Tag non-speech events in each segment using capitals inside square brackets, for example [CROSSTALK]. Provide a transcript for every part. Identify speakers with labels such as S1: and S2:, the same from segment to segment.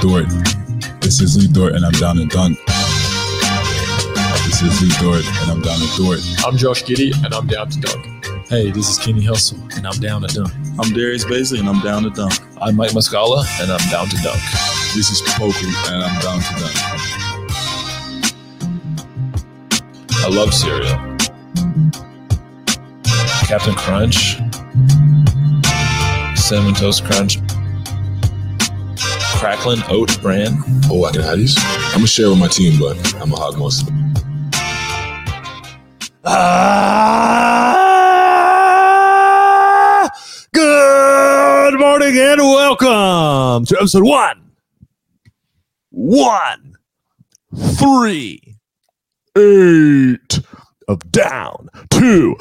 S1: Dort. This is Lee Dort, and I'm down in Dunk. This is Lee Dort, and I'm down in Dort.
S2: I'm Josh Giddy, and I'm down to dunk.
S3: Hey, this is Kenny Hustle, and I'm down to dunk.
S4: I'm Darius Basley, and I'm down to dunk.
S5: I'm Mike Muscala, and I'm down to dunk.
S1: This is Poku, and I'm down to dunk.
S5: I love cereal. Captain Crunch, Cinnamon Toast Crunch, Cracklin Oat Bran.
S1: Oh, I can have these? I'm gonna share with my team, but I'm gonna hog most of it.
S6: Ah, good morning and welcome to episode one, one, three, eight of Down to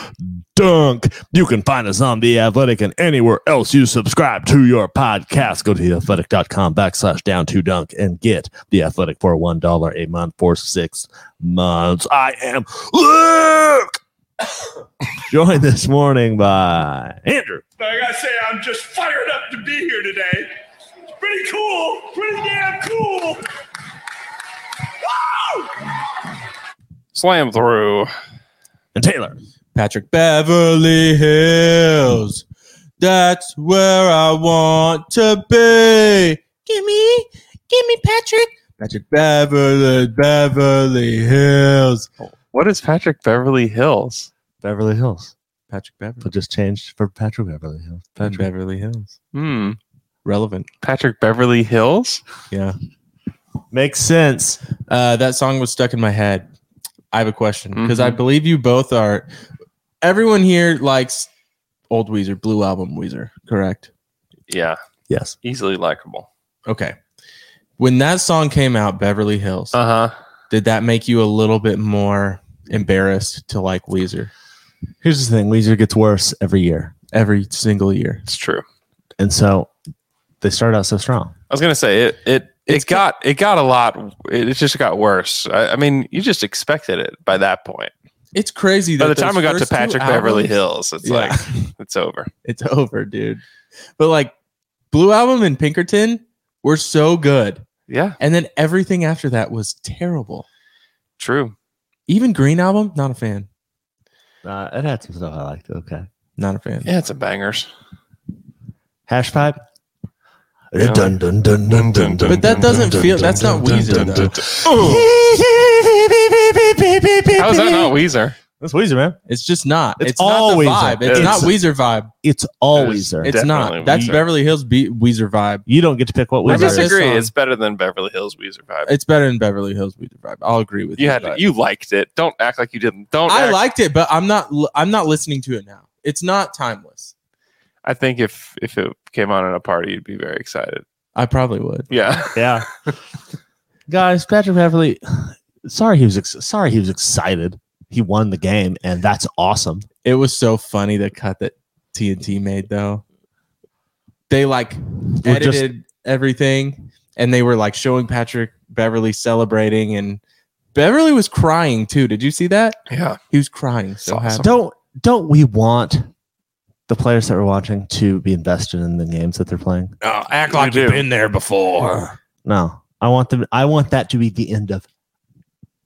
S6: Dunk. You can find us on The Athletic and anywhere else you subscribe to your podcast. Go to theathletic.com backslash down to dunk and get The Athletic for $1 a month for six months. I am Luke! joined this morning by Andrew.
S7: I gotta say, I'm just fired up to be here today. It's pretty cool, pretty damn cool.
S2: Slam through.
S6: And Taylor.
S4: Patrick Beverly Hills. That's where I want to be. Gimme, gimme Patrick. Patrick Beverly, Beverly Hills.
S2: What is Patrick Beverly Hills?
S6: Beverly Hills.
S4: Patrick Beverly.
S6: But just changed for Patrick Beverly Hills.
S4: Patrick Beverly Hills.
S2: Hmm.
S4: Relevant.
S2: Patrick Beverly Hills?
S4: Yeah.
S6: Makes sense.
S4: Uh, that song was stuck in my head. I have a question because I
S2: Mhm.
S4: believe you both are. Everyone here likes old Weezer, Blue Album Weezer, correct?
S2: Yeah.
S6: Yes.
S2: Easily likable.
S4: Okay. When that song came out, Beverly Hills,
S2: Uh huh.
S4: did that make you a little bit more embarrassed to like Weezer
S6: Here's the thing Weezer gets worse every year.
S4: every single year?
S2: It's true.
S6: And so they started out so strong.
S2: I was gonna say it. It it got it got a lot. It just got worse. I, I mean, you just expected it by that point.
S4: It's crazy. That
S2: By the time
S4: those
S2: we got to
S4: first two
S2: Patrick Beverly
S4: albums-
S2: Hills, it's
S4: Yeah.
S2: like it's over.
S4: it's over, dude. But like Blue Album and Pinkerton were so good,
S2: Yeah,
S4: and then everything after that was terrible.
S2: true.
S4: Even Green Album, not a fan.
S6: Uh, it had some stuff I liked. Okay.
S4: Not a fan.
S2: Yeah, it's a bangers.
S6: Hash
S2: [LAUGHS]
S6: pipe.
S2: Yeah.
S6: Dun, dun, dun, dun, dun, dun.
S4: But that doesn't feel. That's not Weezer though.
S2: How is that not Weezer?
S6: That's Weezer, man.
S4: It's just not.
S6: It's
S4: It's, not the
S6: always
S4: vibe.
S2: a-
S4: It's, not
S6: it's-
S4: Weezer vibe.
S6: It's all
S2: It is-
S6: Weezer.
S4: It's
S2: Definitely
S4: not. That's
S2: Weezer.
S4: Beverly Hills be- Weezer vibe.
S6: you don't get to pick what
S2: I
S4: What about
S6: Weezer is.
S4: this
S2: disagree.
S4: song?
S2: It's better than Beverly Hills Weezer vibe.
S4: It's better than Beverly Hills Weezer vibe. I'll agree with you.
S2: You had
S4: but-
S2: you liked it. Don't act like you didn't. Don't.
S4: I
S2: act-
S4: liked it, but I'm not. li- I'm not listening to it now. It's not timeless.
S2: I think if if it came on in a party, you'd be very excited.
S4: I probably would.
S2: [LAUGHS] Yeah.
S6: [LAUGHS] Yeah. Guys, Patrick Beverly. Sorry, he was ex- sorry he was excited. He won the game, and that's awesome.
S4: It was so funny the cut that TNT made though. They like
S6: We're just-
S4: edited everything, and they were like showing Patrick Beverly celebrating, and Beverly was crying too. Did you see that?
S2: Yeah.
S4: He was crying so
S2: Awesome.
S4: happy.
S6: Don't don't we want the players that we're watching to be invested in the games that they're playing?
S2: act like you've been there.
S6: No, I want them. I want that to be the end of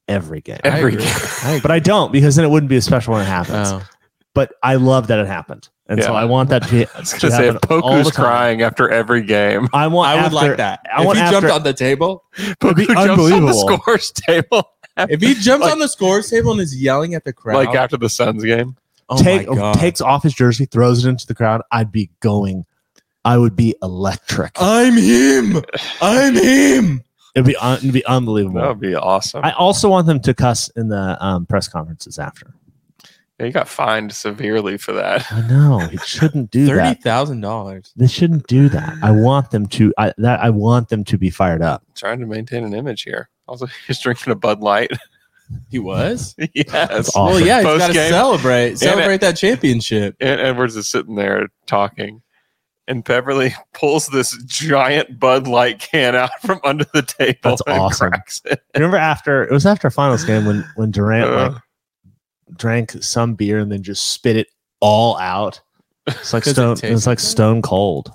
S6: every
S4: [LAUGHS]
S6: game.
S2: Every
S4: agree.
S6: But I don't because then it wouldn't be a special when it happens.
S4: [LAUGHS] Oh.
S6: But I love that it happened, and so
S2: Yeah.
S6: I want that to be.
S2: [LAUGHS] I was
S6: to
S2: gonna say, if
S6: happen all the
S2: Poku's
S6: time.
S2: crying after every game.
S6: I want.
S4: [LAUGHS] I would
S6: after-
S4: like that.
S6: I
S4: if
S6: want
S4: he
S6: after-
S4: jumped on the table,
S6: It'd be
S2: Poku jumps on the
S6: unbelievable.
S2: scores table.
S4: [LAUGHS] if he jumps
S2: Like-
S4: on the scores table and is yelling at the crowd,
S2: [LAUGHS] Like after the Suns game.
S4: oh
S6: take
S4: my God.
S6: takes off his jersey, throws it into the crowd. I'd be going. I would be electric.
S4: I'm him. I'm him.
S6: it'd be un- it'd be unbelievable.
S4: Oh.
S2: That would be awesome.
S6: I also want them to cuss in the um, press conferences after.
S2: Yeah, you got fined severely for that. [LAUGHS]
S6: I know it shouldn't do
S4: [LAUGHS] Thirty
S6: that.
S4: thousand dollars.
S6: They shouldn't do that. I want them to. I that I want them to be fired up.
S2: Trying to maintain an image here. Also, [LAUGHS] he's drinking a Bud Light. [LAUGHS]
S4: He was.
S2: yes.
S6: Awesome.
S4: Well, yeah, he's got to
S2: Post-game.
S4: celebrate. Celebrate that championship.
S2: Aunt Edwards is sitting there talking, and Beverly [LAUGHS] pulls this giant Bud Light can out from under the table.
S4: Oh
S6: That's
S2: and
S6: awesome.
S2: cracks it.
S6: Remember after it was after a finals game when when Durant
S2: Uh,
S6: like drank some beer and then just spit it all out. It's like
S4: [LAUGHS] 'Cause it
S6: stone.
S4: tastes
S6: It's like
S4: good.
S6: stone cold.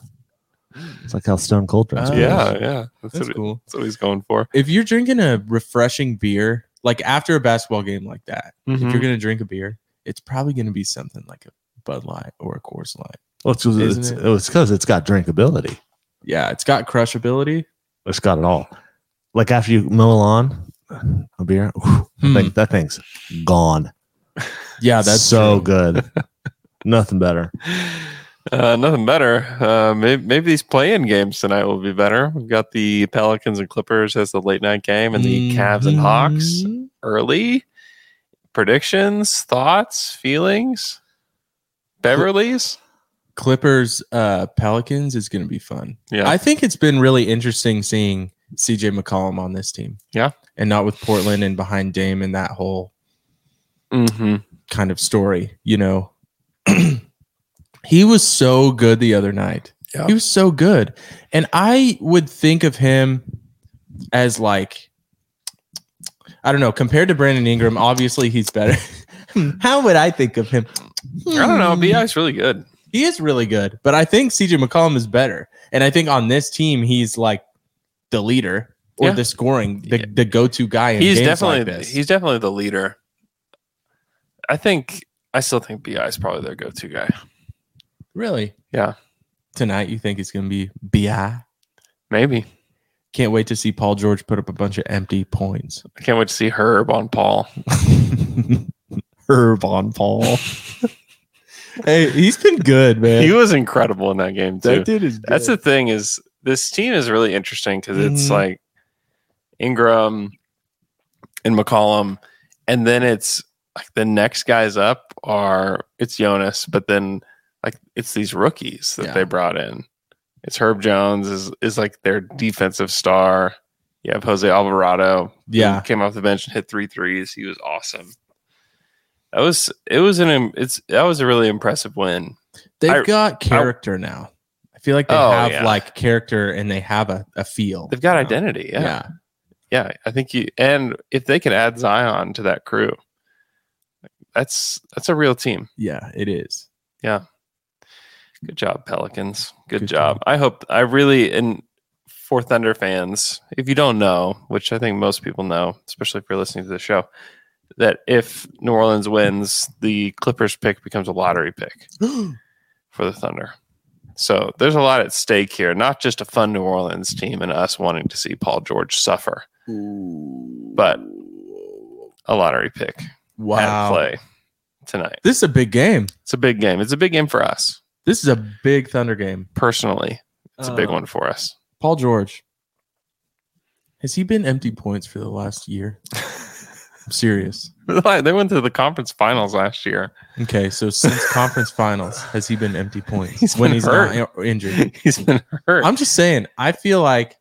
S8: It's like how Stone Cold drinks.
S4: Oh.
S8: beer.
S2: yeah, yeah. That's,
S4: That's
S2: what,
S4: cool.
S2: that's what he's going for.
S4: if you're drinking a refreshing beer, like after a basketball game like that, if
S2: Hmm.
S4: you're gonna drink a beer, it's probably gonna be something like a Bud Light or a Coors Light.
S8: Well, it's because it's,
S4: Isn't it?
S8: oh, it's 'cause it's got drinkability.
S4: Yeah, it's got crushability.
S8: It's got it all. Like after you mow a lawn, a beer, whew,
S4: Hmm.
S8: like, that thing's gone.
S4: Yeah, that's
S8: so
S4: true. [LAUGHS]
S8: good. Nothing better.
S2: Uh, nothing better. Uh, maybe, maybe these playing games tonight will be better. We've got the Pelicans and Clippers as the late night game, and the
S4: Mm-hmm.
S2: Cavs and Hawks
S4: Mhm.
S2: early. Predictions, thoughts, feelings, Beverly's.
S4: Clippers uh Pelicans is gonna be fun.
S2: Yeah,
S4: I think it's been really interesting seeing CJ McCollum on this team.
S2: Yeah.
S4: And not with Portland and behind Dame and that whole
S2: mm-hmm.
S4: kind of story, you know. [CLEARS THROAT] he was so good the other night.
S2: Yeah.
S4: He was so good. And I would think of him as like I don't know, compared to Brandon Ingram, obviously he's better. [LAUGHS] How would I think of him? Hmm,
S2: I don't know. Bi's really good.
S4: He is really good, but I think CJ McCollum is better. And I think on this team, he's like the leader or
S2: Yeah.
S4: the scoring, the,
S2: Yeah.
S4: the go-to guy. In
S2: He's
S4: games
S2: definitely
S4: like this.
S2: he's definitely the leader. I think I still think Bi is probably their go-to guy.
S4: really
S2: Yeah.
S4: Tonight, you think it's going to be bi?
S2: Maybe
S4: Can't wait to see Paul George put up a bunch of empty points.
S2: I can't wait to see Herb on Paul.
S4: Herb on Paul. hey, he's been good, man.
S2: He was incredible in that game too.
S4: that dude is.
S2: That's the
S4: good.
S2: thing is this team is really interesting because it's
S4: Mhm.
S2: like Ingram and McCollum, and then it's like the next guys up are it's Jonas, but then like it's these rookies that
S4: Yeah.
S2: they brought in. It's Herb Jones is is like their defensive star. You have Jose Alvarado. who
S4: Yeah.
S2: came off the bench and hit three threes. He was awesome. That was it was an im- it's that was a really impressive win.
S4: They've
S2: I-
S4: got character now. I feel like they
S2: Oh,
S4: have
S2: yeah.
S4: like character and they have a, a feel.
S2: They've got
S4: you know?
S2: identity. yeah.
S4: yeah.
S2: yeah, I think you and if they can add Zion to that crew, that's that's a real team.
S4: Yeah, it is. [GASPS]
S2: Good job, Pelicans. Good,
S4: Good
S2: job.
S4: job.
S2: I hope I really and for Thunder fans, if you don't know, which I think most people know, especially if you're listening to the show, that if New Orleans wins, the Clippers pick becomes a lottery pick for the Thunder. So there's a lot at stake here, not just a fun New Orleans team and us wanting to see Paul George suffer, but a lottery pick. at
S4: Wow.
S2: play tonight.
S4: This is a big game.
S2: It's a big game. It's a big game for us
S4: This is a big Thunder game.
S2: personally. It's a big
S4: Uh,
S2: one for us. [LAUGHS]
S4: Paul George. Has he been empty points for the last year? I'm serious.
S2: they went to the conference finals last year.
S4: Okay,
S2: [LAUGHS]
S4: so since conference finals, has he been empty points
S2: He's
S4: when
S2: been
S4: he's
S2: hurt.
S4: not in- injured?
S2: He's been hurt.
S4: I'm just saying, I feel like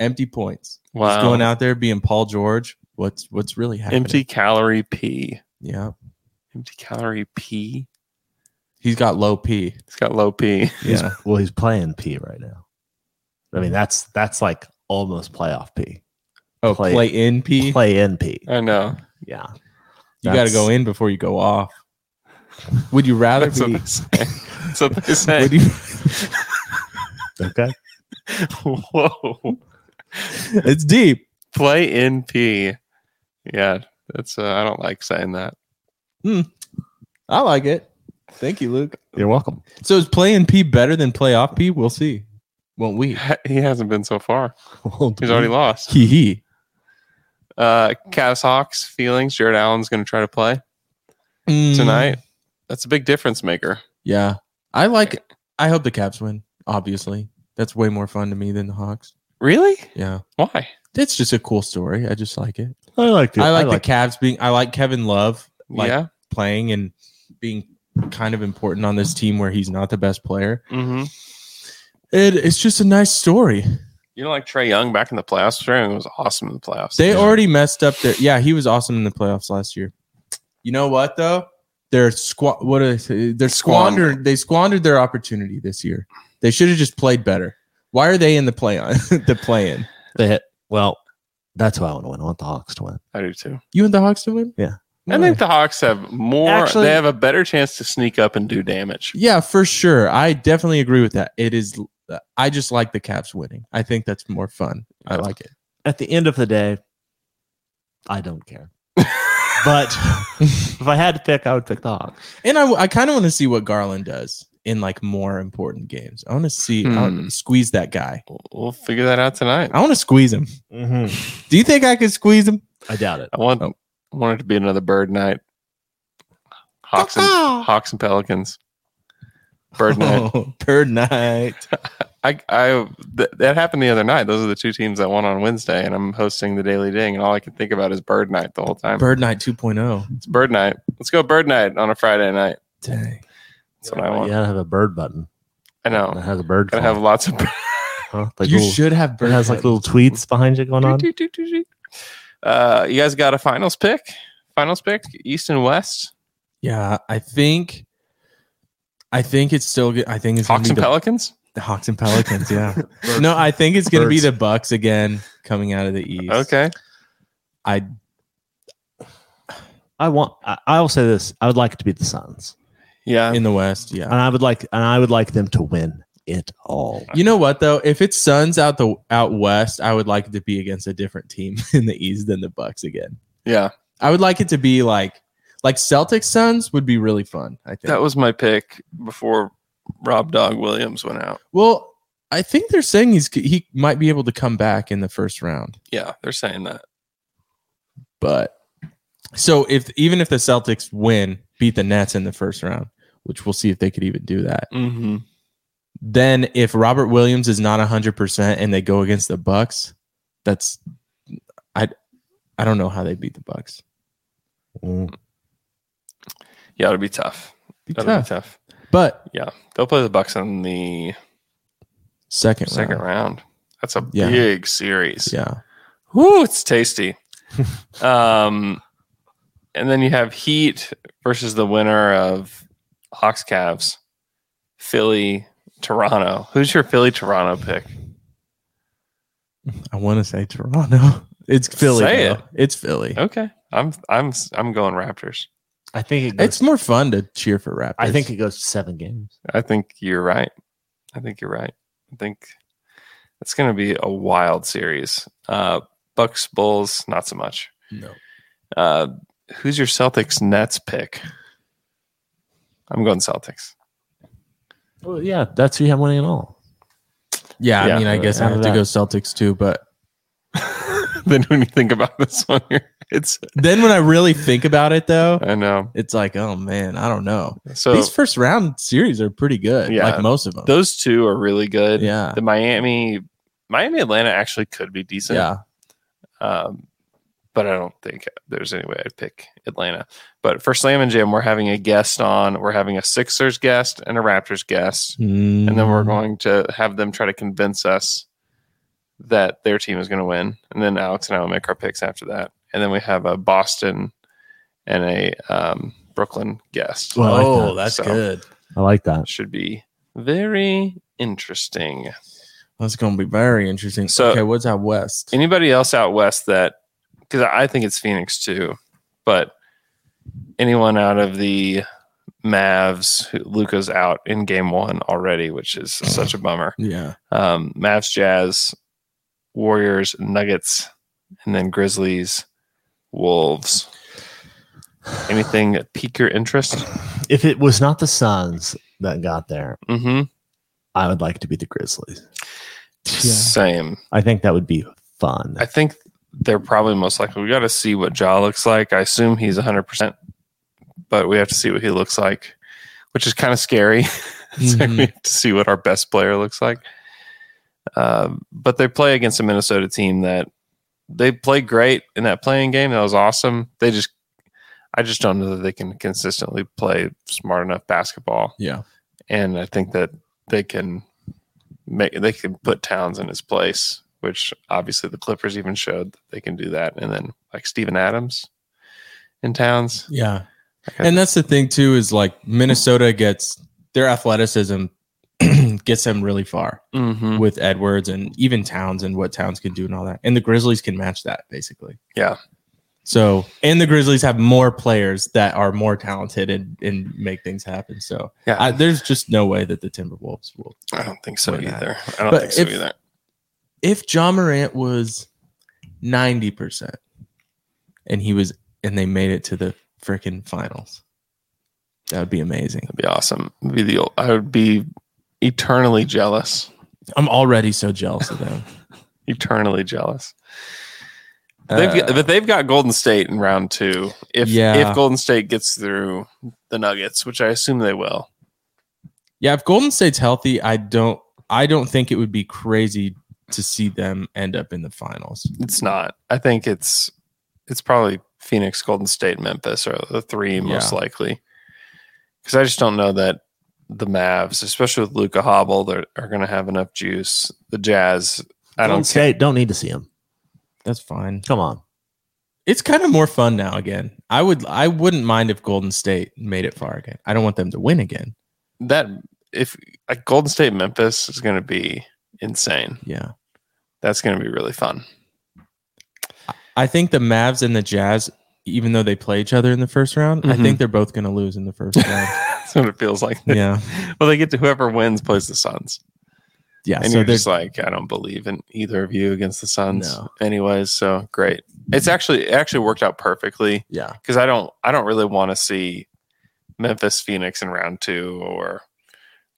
S4: empty points.
S2: wow.
S4: Just going out there being Paul George. What's what's really happening?
S2: Empty calorie P.
S4: Yeah.
S2: Empty calorie P.
S4: He's got low P.
S2: It's got low P.
S8: He's-
S4: Yeah.
S8: well, he's playing P right now. I mean, that's that's like almost playoff P.
S4: Oh,
S8: Play-
S4: play, in P.
S8: Play in P.
S2: I know.
S8: Yeah.
S4: you got to go
S8: That's-
S4: in before you go off. Would you rather
S2: That's what
S4: be
S2: they say. That's what they say.
S4: [LAUGHS] Would you,
S8: Okay.
S2: Whoa.
S4: [LAUGHS] it's deep.
S2: Play in P. Yeah. That's uh, I don't like saying that.
S4: I like it. Thank you, Luke.
S8: You're welcome.
S4: So is playing P better than playoff P? We'll see. Won't we?
S2: He hasn't been so far. He's
S4: Mm-hmm.
S2: already lost.
S4: Hee hee.
S2: Uh Cavs Hawks feelings. Jared Allen's gonna try to play.
S4: Mm,
S2: tonight. That's a big difference maker.
S4: Yeah. I like I hope the Cavs win, obviously. That's way more fun to me than the Hawks.
S2: Really?
S4: Yeah.
S2: Why?
S4: It's just a cool story. I just like it.
S8: I like it.
S4: I like the Cavs being I like Kevin Love Like-
S2: yeah.
S4: playing and being kind of important on this team where he's not the best player.
S2: Mm-hmm.
S4: It, it's just a nice story.
S2: You know, like Trey Young back in the playoffs. Trey Young was awesome in the playoffs.
S4: They already messed up their. Yeah, he was awesome in the playoffs last year. You know what though? They're squa- What do they say? They're
S2: Squandered.
S4: squandered. They squandered their opportunity this year. They should have just played better. Why are they in the play on [LAUGHS] the play in?
S8: They hit, well, that's why I want to win. I want the Hawks to win.
S2: I do too.
S4: You and the Hawks to win?
S8: Yeah.
S2: I
S4: Why?
S2: think the Hawks have more.
S8: Actually-
S2: they have a better chance to sneak up and do damage.
S4: yeah, for sure. I definitely agree with that. It is I just like the Caps winning. I think that's more fun. I like it.
S6: At the end of the day, I don't care. but [LAUGHS] if I had to pick, I would pick the Hawks.
S4: And I, I kind of want to see what Garland does in like more important games. I want to see I wanna
S2: Hmm.
S4: squeeze that guy.
S2: We'll- We'll figure that out tonight.
S4: I want to squeeze him.
S6: Mm-hmm.
S4: Do you think I could squeeze him?
S6: I doubt it.
S2: I want
S4: Oh.
S2: I want it to be another bird night. Hawks and
S4: [LAUGHS] Ah!
S2: Hawks and Pelicans. Bird night.
S4: Oh, [LAUGHS] bird night.
S2: [LAUGHS] I I th- that happened the other night. Those are the two teams that won on Wednesday, and I'm hosting the Daily Ding, and all I can think about is bird night the whole time.
S4: Bird night 2.0.
S2: It's bird night. Let's go bird night on a Friday night.
S4: Dang.
S2: That's what I want.
S6: You gotta have a bird button.
S2: I know.
S6: That has a bird.
S2: Gonna have
S6: font,
S2: lots of bird.
S6: huh? Like
S4: you
S6: little-
S4: should have bird
S6: It has like
S4: night.
S6: little tweets behind it going on.
S2: [LAUGHS] Uh, you guys got a finals pick? Finals pick? East and West?
S4: Yeah, I think I think it's still good. I think it's gonna
S2: Hawks
S4: be
S2: and
S4: the-
S2: Pelicans?
S4: The Hawks and Pelicans,
S2: [LAUGHS]
S4: yeah. no, I think it's going to be the Bucks again coming out of the East.
S2: Okay.
S4: I
S6: I want. I, I will say this. I would like it to be the Suns,
S2: Yeah.
S4: in the West,
S6: and
S4: yeah.
S6: I would like, and I would like them to win it all.
S4: You know what though? If it's Suns out the out West, I would like it to be against a different team [LAUGHS] in the East than the Bucks again.
S2: yeah.
S4: I would like it to be like like Celtics Suns would be really fun. I think.
S2: That was my pick before Rob Dog Williams went out.
S4: well, I think they're saying he's he might be able to come back in the first round,
S2: Yeah, they're saying that.
S4: but so if even if the Celtics win, beat the Nets in the first round, which we'll see if they could even do that.
S2: Mm-hmm.
S4: then if Robert Williams is not 100% and they go against the Bucks, that's I I don't know how they beat the Bucks.
S6: Mm.
S2: Yeah, it'll be tough.
S4: Be
S2: That'll
S4: tough.
S2: be tough.
S4: But
S2: They'll play the Bucks in the
S4: second
S2: second
S4: round.
S2: round. That's a
S4: Yeah.
S2: big series.
S4: Yeah.
S2: Woo, it's tasty. um, and then you have Heat versus the winner of Hawks Cavs, Philly, Toronto. Who's your Philly Toronto pick?
S4: I want to say Toronto. [LAUGHS] It's Philly.
S2: Say
S4: though.
S2: it.
S4: It's Philly.
S2: Okay, I'm I'm I'm going Raptors.
S6: I think it goes,
S4: It's more fun to cheer for Raptors.
S6: I think it goes seven games.
S2: I think you're right. I think you're right. I think it's going to be a wild series. Uh, Bucks Bulls, not so much.
S4: no.
S2: Uh, who's your Celtics Nets pick? I'm going Celtics.
S6: Well, yeah, that's who you have winning it all.
S4: Yeah,
S2: Yeah.
S4: I mean, I guess I
S6: Out of
S4: have to
S6: that.
S4: go Celtics too, but
S2: [LAUGHS] then when you think about this one, you're, it's
S4: then when I really think about it though,
S2: I know.
S4: it's like, oh man, I don't know.
S2: So
S4: These first round series are pretty good,
S2: Yeah.
S4: like most of them.
S2: those two are really good.
S4: yeah.
S2: The Miami, Miami Atlanta actually could be decent.
S4: Yeah.
S2: Um, but I don't think there's any way I'd pick Atlanta. But for Slam and Jam, we're having a guest on. We're having a Sixers guest and a Raptors guest, and then
S6: Mm.
S2: we're going to have them try to convince us that their team is going to win. And then Alex and I will make our picks after that. And then we have a Boston and a um, Brooklyn guest.
S6: Well, I like
S4: oh,
S6: that.
S4: that's
S2: So-
S4: good.
S6: I like that.
S2: should be very interesting.
S4: That's going to be very interesting.
S2: So-
S4: okay, what's out west?
S2: Anybody else out west that because I think it's Phoenix too, but anyone out of the Mavs, who- Luca's out in game one already, which is such a bummer.
S4: yeah,
S2: Um, Mavs, Jazz, Warriors, Nuggets, and then Grizzlies, Wolves. Anything that pique your interest?
S6: If it was not the Suns that got there,
S2: Mm-hmm.
S6: I would like to be the Grizzlies.
S2: Same.
S6: I think that would be fun.
S2: I think they're probably most likely. We got to see what Jaw looks like. I assume he's 100%, but we have to see what he looks like, which is kind of scary. [LAUGHS] It's like [LAUGHS] we
S4: Mhm.
S2: have to see what our best player looks like. Um, but they play against a Minnesota team that they played great in that playing game. That was awesome. They just, I just don't know that they can consistently play smart enough basketball
S4: yeah.
S2: and I think that they can make they can put Towns in his place, which obviously the Clippers even showed that they can do that. And then like Steven Adams in Towns,
S4: Yeah.
S2: Okay.
S4: And that's the thing too is like Minnesota gets their athleticism [CLEARS THROAT] gets them really far
S2: mm-hmm.
S4: with Edwards and even Towns and what Towns can do and all that. And the Grizzlies can match that basically.
S2: Yeah.
S4: So, and the Grizzlies have more players that are more talented and, and make things happen. So,
S2: Yeah.
S4: I, there's just no way that the Timberwolves will.
S2: I don't think so
S4: Why not?
S2: either. I don't
S4: But
S2: think so
S4: if-
S2: either.
S4: If John Morant was 90% and he was, and they made it to the freaking finals, that would be amazing.
S2: That'd be awesome. It'd Be the I would be eternally jealous.
S4: I'm already so jealous of them.
S2: Eternally jealous. [LAUGHS] They've
S4: Uh,
S2: got, but they've got Golden State in round two. If
S4: Yeah.
S2: if Golden State gets through the Nuggets, which I assume they will,
S4: Yeah, if Golden State's healthy, I don't I don't think it would be crazy to see them end up in the finals.
S2: it's not. I think it's it's probably Phoenix, Golden State, Memphis are the three most likely. Because I just don't know that the Mavs, especially with Luca Hobble, they're, are going to have enough juice. The Jazz, I don't. see-
S6: say don't need to see him.
S4: That's fine.
S6: Come on.
S4: It's kind of more fun now again. I would I wouldn't mind if Golden State made it far again. I don't want them to win again.
S2: that if like Golden State Memphis is going to be insane.
S4: Yeah.
S2: That's going to be really fun.
S4: I think the Mavs and the Jazz even though they play each other in the first round, I
S2: Mhm.
S4: think they're both going to lose in the first
S2: [LAUGHS]
S4: round.
S2: That's what it feels like.
S4: yeah.
S2: Well, they get to whoever wins plays the Suns,
S4: Yeah,
S2: and
S4: so
S2: you're
S4: they're
S2: just like, I don't believe in either of you against the Suns,
S4: No.
S2: anyways. So great. It's actually it actually worked out perfectly
S4: yeah.
S2: because I don't I don't really want to see Memphis Phoenix in round two or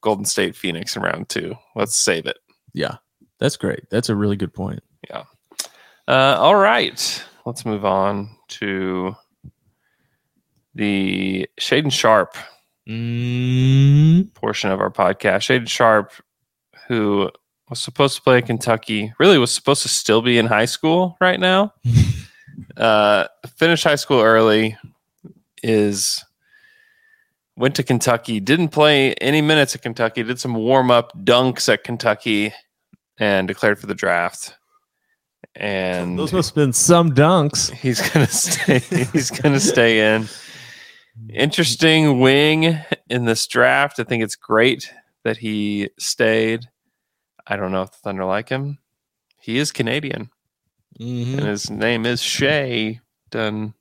S2: Golden State Phoenix in round two. Let's save it.
S4: Yeah. That's great. That's a really good point.
S2: Uh, all right, let's move on to the Shade and Sharp
S4: Mm,
S2: portion of our podcast. Shaden Sharp, who was supposed to play at Kentucky, really was supposed to still be in high school right now. uh, finished high school early, is went to Kentucky, didn't play any minutes at Kentucky, did some warm up dunks at Kentucky, and declared for the draft. And
S6: Those must have been some dunks.
S2: [LAUGHS] He's gonna stay. He's gonna stay in. Interesting wing in this draft. I think it's great that he stayed. I don't know if the Thunder like him. He is Canadian,
S4: mhm.
S2: and his name is Shay. Done.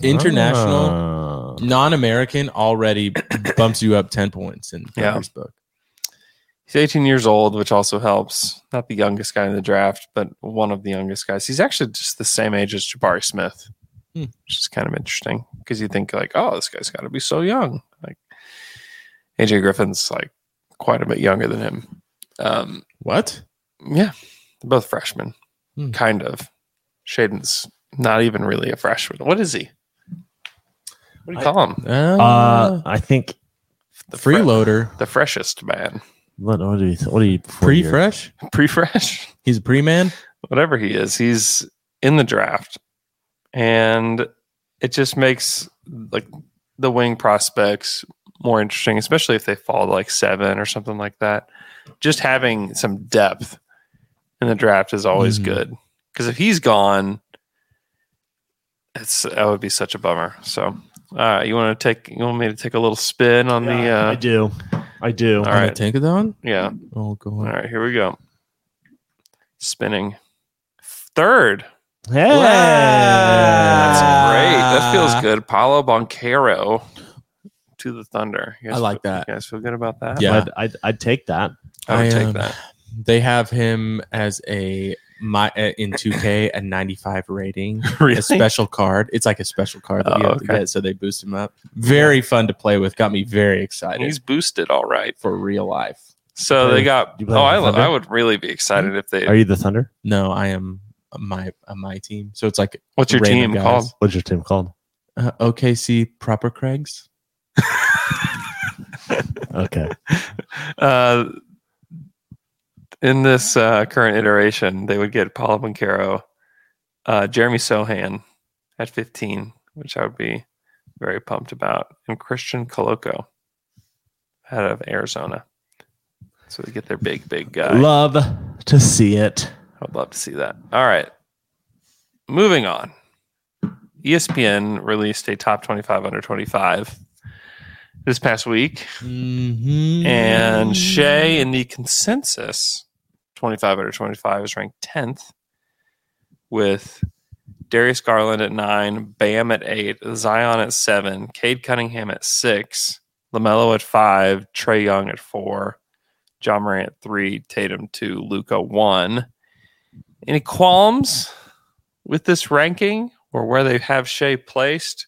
S4: International
S6: Ah.
S4: non-American
S2: [COUGHS]
S4: already bumps you up ten points in
S2: Yeah.
S4: Thunder's book.
S2: He's 18 years old, which also helps. Not the youngest guy in the draft, but one of the youngest guys. He's actually just the same age as Jabari Smith,
S4: Hmm.
S2: which is kind of interesting because you think like, oh, this guy's got to be so young. Like AJ Griffin's like quite a bit younger than him. Um,
S4: What?
S2: yeah, they're both freshmen,
S4: Hmm.
S2: kind of. Shaden's not even really a freshman. What is he? What do you call him?
S4: Uh,
S6: Uh, I think.
S2: The fre-
S4: freeloader,
S2: the freshest man, [LAUGHS]
S6: What, what do you? What do you? before
S4: pre
S6: you-
S4: fresh.
S2: pre-fresh.
S4: He's a pre man.
S2: whatever he is, he's in the draft. And it just makes like the wing prospects more interesting, especially if they fall to like seven or something like that. Just having some depth in the draft is always
S4: Mhm.
S6: Mm-hmm.
S2: good. Because if he's gone, it's that would be such a bummer. So uh you wanna take you want me to take a little spin on the
S6: Yeah,
S2: uh
S6: I do. I do.
S2: All
S4: on
S2: right.
S4: a Tankathon.
S2: yeah.
S4: Oh
S2: All
S4: god.
S2: right, here we go. Spinning. Third.
S6: Hey.
S2: That's
S4: Ah.
S2: great. That feels good. Paolo Boncaro to the Thunder. You
S4: I like
S2: feel-
S4: that.
S2: You guys feel good about that?
S4: Yeah.
S6: I'd, I'd, I'd take that.
S2: I would
S4: I,
S2: take
S4: um,
S2: that.
S4: They have him as a my uh, in 2K
S2: [LAUGHS]
S4: a 95 rating, a special card. It's like a special card that you
S2: Oh,
S4: have to
S2: okay.
S4: get, so they boost him up. Very fun to play with. Got me very excited
S2: And he's boosted all right.
S4: for real life.
S2: So
S6: play
S2: they
S6: with-
S2: got.
S6: you play
S2: Oh,
S6: with
S2: I,
S6: the
S2: lo-
S6: Thunder?
S2: I would really be excited if they.
S6: Are you the Thunder?
S4: No, I am my my team. So it's like
S2: what's your
S4: random
S2: team
S4: guys.
S2: called?
S6: What's your team
S2: [LAUGHS]
S6: called?
S4: uh, OKC proper Craigs.
S6: Okay.
S2: Uh, in this uh, current iteration, they would get Paolo Boncaro, uh, Jeremy Sohan at 15, which I would be very pumped about, and Christian Coloco out of Arizona. So they get their big, big guy.
S6: Love to see it.
S2: I would love to see that. All right. Moving on. E ESPN released a top 25 under 25 this past week.
S4: Mm-hmm.
S2: And Shea in the consensus, 25 out of 25, is ranked 10th with Darius Garland at nine, Bam at eight, Zion at seven, Cade Cunningham at six, LaMelo at five, Trey Young at four, John Morant at three, Tatum two, Luca one. Any qualms with this ranking or where they have Shea placed?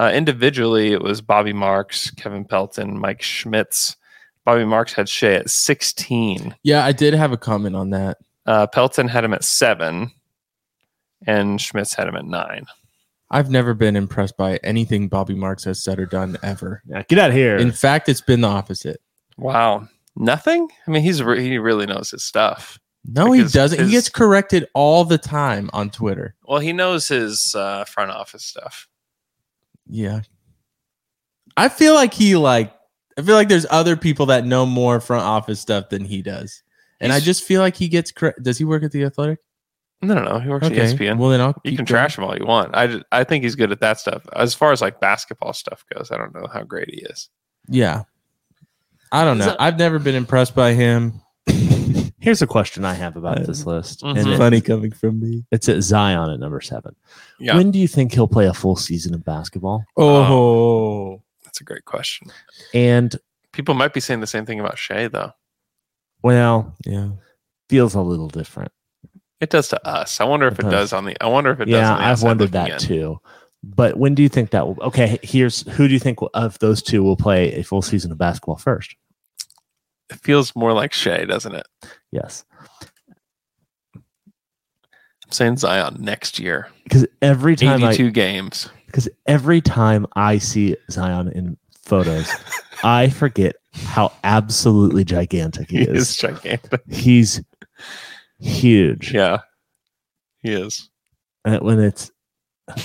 S2: Uh, individually, it was Bobby Marks, Kevin Pelton, Mike Schmitz. Bobby Marks had Shea at 16.
S4: Yeah, I did have a comment on that.
S2: Uh, Pelton had him at seven, and Schmitz had him at nine.
S4: I've never been impressed by anything Bobby Marks has said or done ever.
S6: Yeah, get out of here.
S4: In fact, it's been the opposite.
S2: Wow, nothing. I mean, he's re- he really knows his stuff.
S4: No,
S2: Like
S4: he
S2: his-
S4: doesn't.
S2: his-
S4: He gets corrected all the time on Twitter.
S2: Well, he knows his uh, front office stuff.
S4: Yeah. I feel like he like I feel like there's other people that know more front office stuff than he does. And I
S2: He's-
S4: just feel like he gets cre- does he work at the athletic?
S2: No, no, no. He works at E ESPN.
S4: Well then I'll
S2: you
S4: keep
S2: can
S4: going.
S2: trash him all you want. I, ju- I think he's good at that stuff. As far as like basketball stuff goes, I don't know how great he is.
S4: Yeah. I don't
S2: Is
S4: know. I've never been impressed by him.
S6: [LAUGHS]
S2: Mm-hmm.
S6: Here's a question I have about this list. And
S2: Mhm.
S6: it-
S4: Funny coming from me.
S6: it's at Zion at number seven.
S2: Yeah,
S6: When do you think he'll play a full season of basketball?
S4: Oh.
S2: that's a great question.
S6: And
S2: People might be saying the same thing about Shea though.
S6: well,
S4: Yeah.
S6: feels a little different.
S2: It does to us. I wonder
S6: It
S2: if it, does.
S6: does.
S2: on the. I wonder if it does.
S6: yeah,
S2: on the
S6: I've
S2: outside
S6: wondered
S2: looking
S6: that
S2: in.
S6: too. But when do you think that will? Okay, here's who do you think of those two will play a full season of basketball first?
S2: It feels more like Shea, doesn't it?
S6: Yes,
S2: I'm saying Zion next year.
S6: because every time I
S2: Eighty-two games.
S6: because every time I see Zion in photos, I forget how absolutely gigantic he
S2: He is
S6: is.
S2: gigantic.
S6: He's huge.
S2: Yeah, he is.
S6: And when it's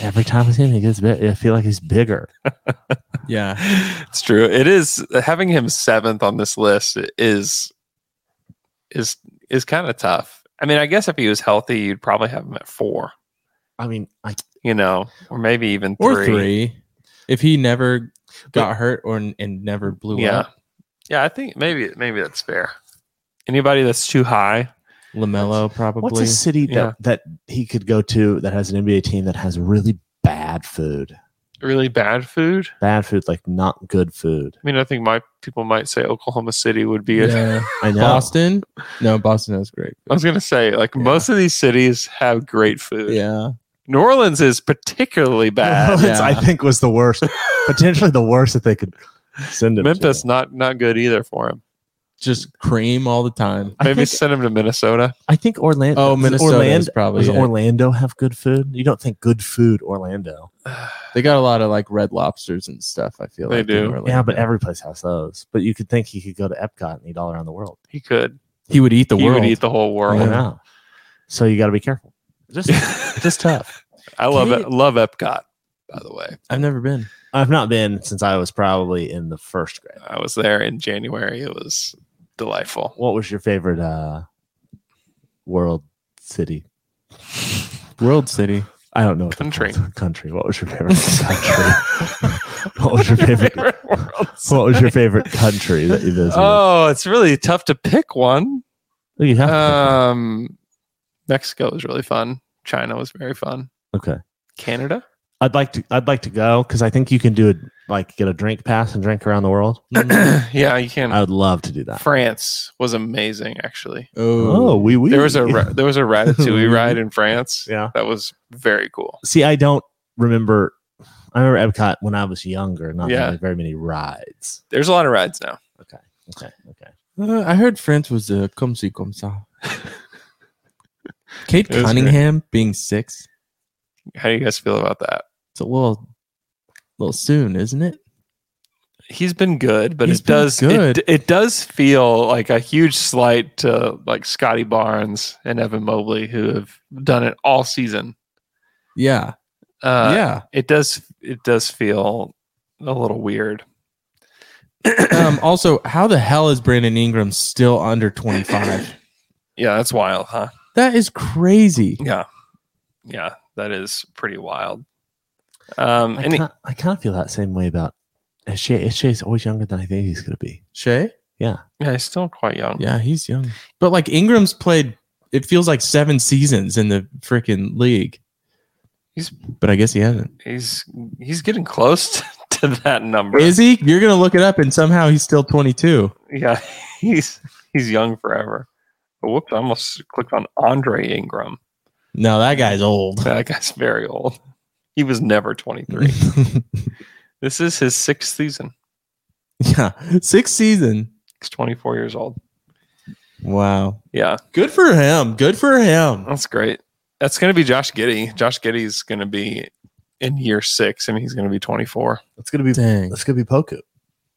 S6: every time I see him, he gets big. I feel like he's bigger.
S2: [LAUGHS]
S4: Yeah.
S2: It's true. It is having him seventh on this list is is is kind of tough. I mean, I guess if he was healthy, you'd probably have him at four.
S6: I mean, I
S2: You know, or maybe even three.
S4: Or 3. If he never got hurt or and never blew
S2: Yeah,
S4: up.
S2: yeah. I think maybe maybe that's fair. Anybody that's too high,
S4: LaMelo probably.
S6: what's a city that,
S2: Yeah.
S6: that he could go to that has an NBA team that has really bad food?
S2: really bad food.
S6: Bad food, like not good food.
S2: I mean, I think my people might say Oklahoma City would be. A,
S4: yeah.
S6: I know. [LAUGHS]
S4: Boston? No, Boston has great.
S2: I was gonna say like
S4: Yeah.
S2: most of these cities have great food.
S4: Yeah.
S2: New Orleans is particularly bad.
S6: Orleans, I
S4: Yeah.
S6: think was the worst, potentially the worst that they could send him. to.
S2: Memphis not not good either for him.
S4: Just cream all the time.
S6: I
S2: Maybe
S6: think-
S2: send him to Minnesota.
S6: I think Orlando.
S4: Oh,
S6: does
S4: Minnesota is
S6: Orlando,
S4: probably.
S6: does
S4: it.
S6: Orlando have good food? You don't think good food, Orlando?
S4: They got a lot of like red lobsters and stuff. I feel
S2: They
S4: like in
S2: do.
S4: Orlando.
S6: Yeah, but every place has those. But you could think he could go to Epcot and eat all around the world.
S2: He could.
S4: he would eat the
S2: he
S4: world.
S2: would eat the whole
S6: I
S2: world.
S6: don't know. So you got to be careful. Just,
S2: [LAUGHS]
S6: just tough.
S2: I love
S4: Can
S2: it. Love Epcot. By the way,
S4: I've never been.
S6: I've not been since I was probably in the first grade.
S2: I was there in January. It was
S6: [LAUGHS]
S2: delightful.
S6: What was your favorite uh, world city?
S4: World City.
S6: I don't know. what they're
S2: Country.
S6: called. Country. What was your favorite country? what was
S2: [LAUGHS]
S6: your favorite?
S2: world
S6: What was your favorite country that you visited? Oh,
S2: Oh, it's really tough to pick one.
S6: you have to pick one.
S2: Um, Mexico was really fun. China was very fun.
S6: okay.
S2: Canada.
S6: I'd like to. I'd like to go because I think you can do it. Like get a drink pass and drink around the world.
S4: Mm.
S2: yeah, you can.
S6: I would love to do that.
S2: France was amazing, actually.
S6: Oh,
S4: [CLEARS THROAT] Oh,
S6: we oui, oui.
S2: There was a ra- there was a
S4: [LAUGHS]
S2: Ratatouille ride in France.
S6: Yeah.
S2: that was very cool.
S6: See, I don't remember. I remember Epcot when I was younger. Not
S2: Yeah.
S6: having very many rides.
S2: There's a lot of rides now.
S6: Okay. Okay.
S4: Uh, I heard French was uh, a comme si
S2: [LAUGHS]
S4: comme ça. Kate
S2: It was
S4: Cunningham being six.
S2: How do you guys feel about that?
S4: It's a little, little soon, isn't it?
S2: He's been good, but
S4: He's
S2: it
S4: been
S2: does
S4: good.
S2: It, it does feel like a huge slight to like Scotty Barnes and Evan Mobley who have done it all season.
S4: Yeah.
S2: Uh, [CLEARS THROAT]
S4: yeah.
S2: it does. It does feel a little weird.
S4: Um, also, how the hell is Brandon Ingram still under 25?
S2: Yeah, that's wild, huh?
S4: that is crazy.
S2: Yeah, yeah, that is pretty wild. Um,
S6: I
S2: and
S6: kinda- I kind of feel that same way about Shea. is always younger than I think he's going to be.
S4: Shay?
S2: yeah, he's still quite young.
S4: Yeah, he's young. But like Ingram's played, it feels like seven seasons in the freaking league.
S2: He's-
S4: but I guess he hasn't.
S2: He's he's getting close [LAUGHS] to that number.
S4: Is he? You're gonna look it up, and somehow he's still 22.
S2: yeah, [LAUGHS] he's he's young forever. Oh, whoops! I almost clicked on Andre Ingram.
S4: No, that guy's
S2: [LAUGHS]
S4: old.
S2: That guy's very old. He was never 23. this is his sixth season.
S4: yeah, sixth season.
S2: He's 24 years old.
S4: Wow,
S2: Yeah,
S4: good for him. Good for him.
S2: that's great. That's going to be Josh Giddy. Josh Giddy's going to be in year six, and he's going to be 24.
S6: That's gonna be
S4: Dang,
S6: that's gonna be Poku.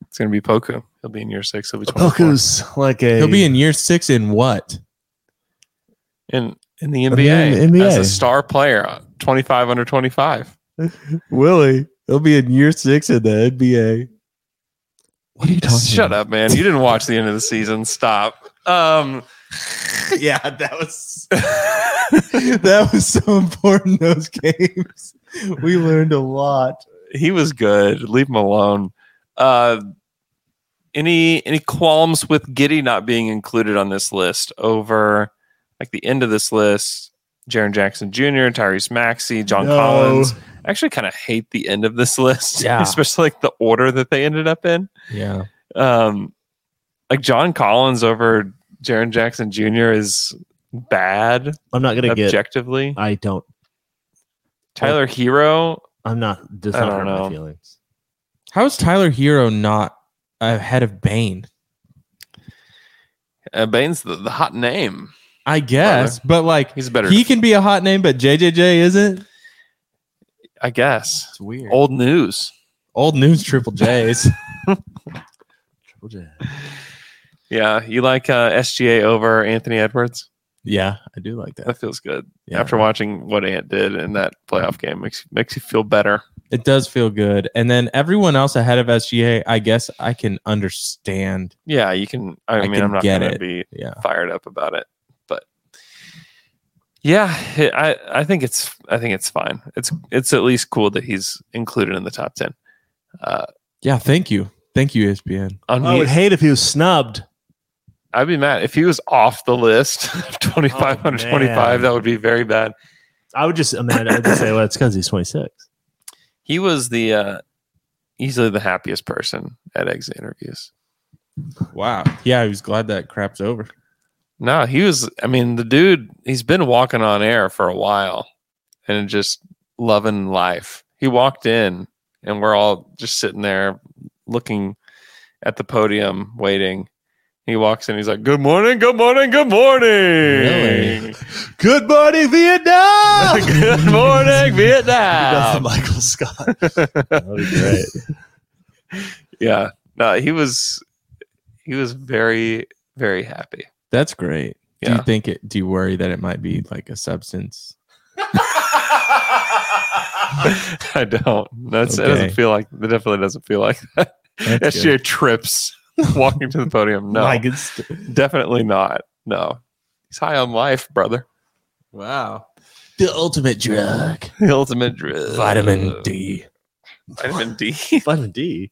S2: It's going to be Poku. He'll be in year six. He'll be 24.
S6: Poku's like a
S4: he'll be in year six in what?
S2: in in the
S6: the
S2: NBA,
S6: NBA.
S2: as a star player, 25 under 25.
S4: Willie. He'll be in year six in the NBA.
S6: what are you talking
S2: Shut
S6: about?
S2: up, man! You didn't watch the end of the season. Stop. Um,
S4: [LAUGHS] yeah, that was [LAUGHS] that was so important. Those games, we learned a lot.
S2: he was good. Leave him alone. Uh, any any qualms with Giddy not being included on this list over like the end of this list? Jaron Jackson Jr., Tyrese Maxey, John
S6: No.
S2: Collins. I actually kind of hate the end of this [LAUGHS] list,
S6: Yeah.
S2: especially like the order that they ended up in.
S4: Yeah,
S2: um, like John Collins over Jaron Jackson Jr. is bad
S6: I'm not gonna get
S2: objectively.
S6: I don't
S2: Tyler Hero,
S6: I'm not does
S2: I
S6: not
S2: don't
S6: hurt
S2: know.
S6: my feelings.
S4: how is Tyler Hero not ahead of Bane?
S2: uh, Bane's the, the hot name.
S4: I guess, but like
S2: He's better,
S4: he can be a hot name, but JJJ isn't.
S2: I guess.
S4: It's weird. Old,
S2: Old news.
S4: old news, Triple [LAUGHS] J's.
S6: Triple J.
S2: Yeah, you like uh, SGA over Anthony Edwards?
S4: yeah, I do like that.
S2: That feels good.
S4: Yeah.
S2: After watching what Ant did in that playoff game, makes makes you feel better.
S4: It does feel good. And then everyone else ahead of SGA, I guess I can understand.
S2: Yeah, you can. I,
S4: I
S2: mean,
S4: can
S2: I'm not
S4: get
S2: gonna
S4: it.
S2: be
S4: Yeah.
S2: fired up about it. But yeah, it- I I think it's I think it's fine. It's it's at least cool that he's included in the top ten. Uh,
S4: Yeah. Thank you. Thank you, E ESPN.
S6: I would
S2: unmute,
S6: hate if he was snubbed.
S2: I'd be mad if he was off the list [LAUGHS] of 25
S6: Oh,
S2: under 25.
S6: man.
S2: That would be very bad.
S6: I would just Amanda I'd just say, well, it's because he's 26. [LAUGHS]
S2: He was the uh, easily the happiest person at exit interviews.
S4: Wow. Yeah, I was glad that crap's over.
S2: No, he was. I mean, the dude, he's been walking on air for a while and just loving life. He walked in, and we're all just sitting there looking at the podium, waiting. He walks in, he's like, Good morning, good morning, good morning.
S4: Really?
S8: [LAUGHS] Good buddy, Vietnam.
S2: [LAUGHS] good morning, Vietnam.
S8: Michael Scott.
S6: That would be [LAUGHS] great.
S2: Yeah. No, he was he was very, very happy.
S4: That's great. Do
S2: Yeah.
S4: you think it do you worry that it might be like a substance?
S2: [LAUGHS] I don't. That's it. Doesn't
S4: Okay.
S2: feel like it. Definitely doesn't feel like that.
S4: That's
S2: SJ trips [LAUGHS] walking to the podium. No,
S6: Like it's
S2: definitely not. No, he's high on life, brother. [LAUGHS]
S4: Wow. The ultimate drug.
S2: The ultimate drug.
S6: Uh,
S4: Vitamin D.
S2: Vitamin
S6: [LAUGHS]
S2: D. [LAUGHS]
S4: [LAUGHS]
S6: vitamin D.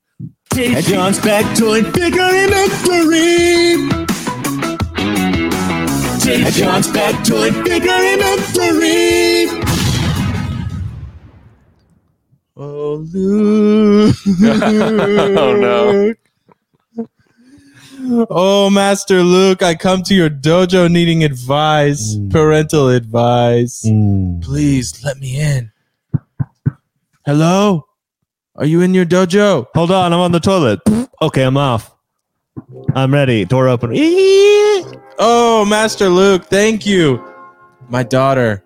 S9: John's back toy bigger in a dream. John's back toy bigger in a dream.
S4: Oh, Luke.
S2: Oh,
S4: no. Oh, Master Luke, I come to your dojo needing advice,
S6: Mm.
S4: parental advice.
S6: Mm.
S4: Please let me in. Hello? Are you in your
S6: [LAUGHS]
S4: dojo?
S6: Hold on, I'm on the toilet. [LAUGHS] Okay, I'm off. I'm ready. Door open. Eeeeee.
S4: Oh, Master Luke, thank you. My daughter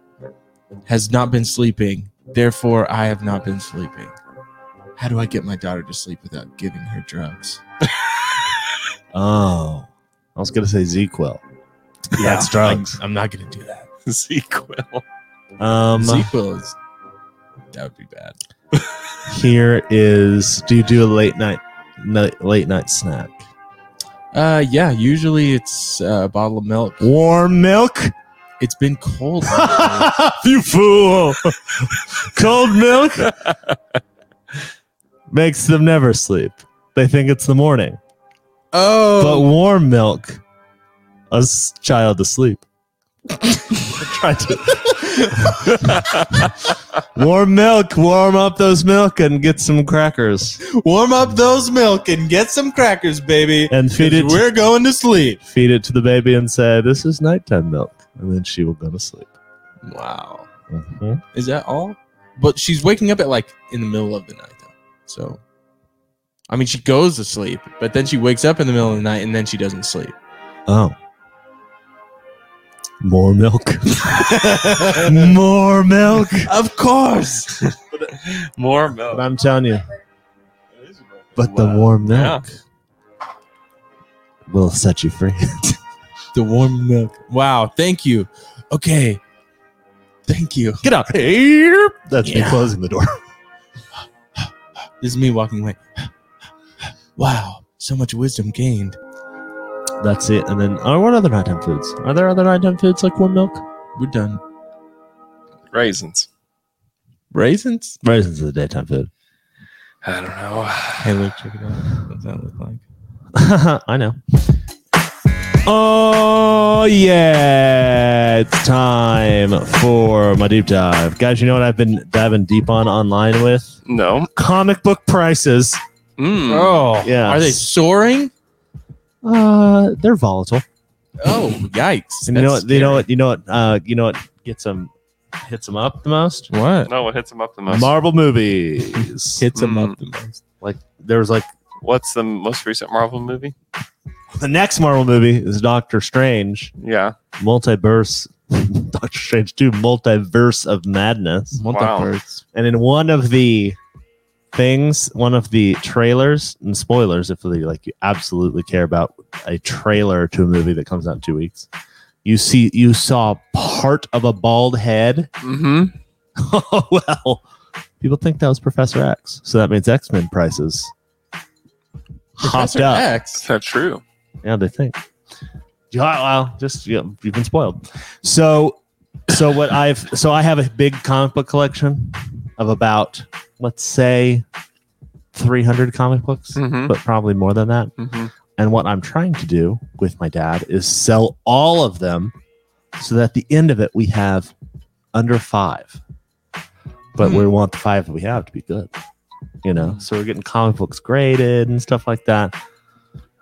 S4: has not been sleeping. Therefore, I have not been sleeping. How do I get my daughter to sleep without giving her drugs?
S6: Oh, I was gonna say ZQL. That's drugs.
S4: I'm not going to do that.
S2: Sequel.
S6: Um,
S4: Sequel is. That would be bad.
S6: here is. Do you do a late night, night late night
S4: [LAUGHS]
S6: snack?
S4: Uh, yeah, usually it's uh, a bottle of milk.
S6: Warm milk.
S4: It's
S6: [LAUGHS]
S4: been cold.
S6: you fool! Cold
S4: [LAUGHS]
S6: milk makes them never sleep. They think it's the morning. But
S4: oh,
S6: warm milk, a s- child to sleep. I tried to. [LAUGHS] warm milk. Warm up those milk and get some crackers
S4: Warm up those milk and get some crackers, baby.
S6: and feed it.
S4: We're going to sleep.
S6: feed it to the baby and say, "This is nighttime milk," and then she will go to sleep.
S4: Wow.
S6: Mm-hmm.
S4: Is that all? But she's waking up at like in the middle of the night, though. So, I mean, she goes to sleep, but then she wakes up in the middle of the night and then she doesn't sleep.
S6: Oh, more milk, [LAUGHS] more milk.
S4: Of course.
S2: More milk.
S6: But I'm telling you, but the warm milk will set you free. [LAUGHS]
S4: the warm milk. Wow. Thank you. Okay. Thank you.
S6: Get out here. That's me
S4: Yeah.
S6: closing the door. [LAUGHS]
S4: This is me walking away. Wow. So much wisdom gained.
S6: That's it. And then, oh, what other nighttime foods? Are there other nighttime foods like warm milk?
S4: We're done.
S2: Raisins.
S4: Raisins?
S6: Raisins is a daytime food. [LAUGHS]
S2: I don't know.
S4: Hey, look, check it out. What's that look like?
S6: I know. Oh yeah, it's time for my deep dive, guys. You know what I've been diving deep on online with
S2: No.
S6: comic book prices.
S2: Mm.
S4: Oh.
S6: Yeah,
S4: Are they soaring?
S6: Uh, they're volatile.
S4: Oh, yikes.
S6: And you know what?
S4: That's
S6: You know what? You know what? Uh, you know what gets them hits them up the most?
S4: scary. What?
S2: No, what hits them up the most?
S6: Marvel movies.
S4: hits him
S2: Mm.
S4: up the most.
S6: [LAUGHS] like there was like
S2: What's the most recent Marvel movie?
S6: the next Marvel movie is Doctor Strange,
S2: Yeah.
S6: multiverse. [LAUGHS] Doctor Strange two, multiverse of madness.
S4: Multiverse.
S6: And in one of the things, one of the trailers and spoilers, if they, like you absolutely care about a trailer to a movie that comes out in two weeks, you see you saw part of a bald head. [LAUGHS]
S2: Mm-hmm.
S6: oh well, people think that was Professor X, so that means X Men prices hopped
S4: Professor
S6: up.
S4: X.
S2: Is that true?
S6: Yeah, they think. Yeah, well, just you know, you've been spoiled. So, so what I've so I have a big comic book collection of about let's say 300 comic books,
S2: Mm-hmm.
S6: but probably more than that.
S2: Mm-hmm.
S6: And what I'm trying to do with my dad is sell all of them, so that at the end of it we have under five. But we want the five that we have to be good, you know. So we're getting comic books graded and stuff like that,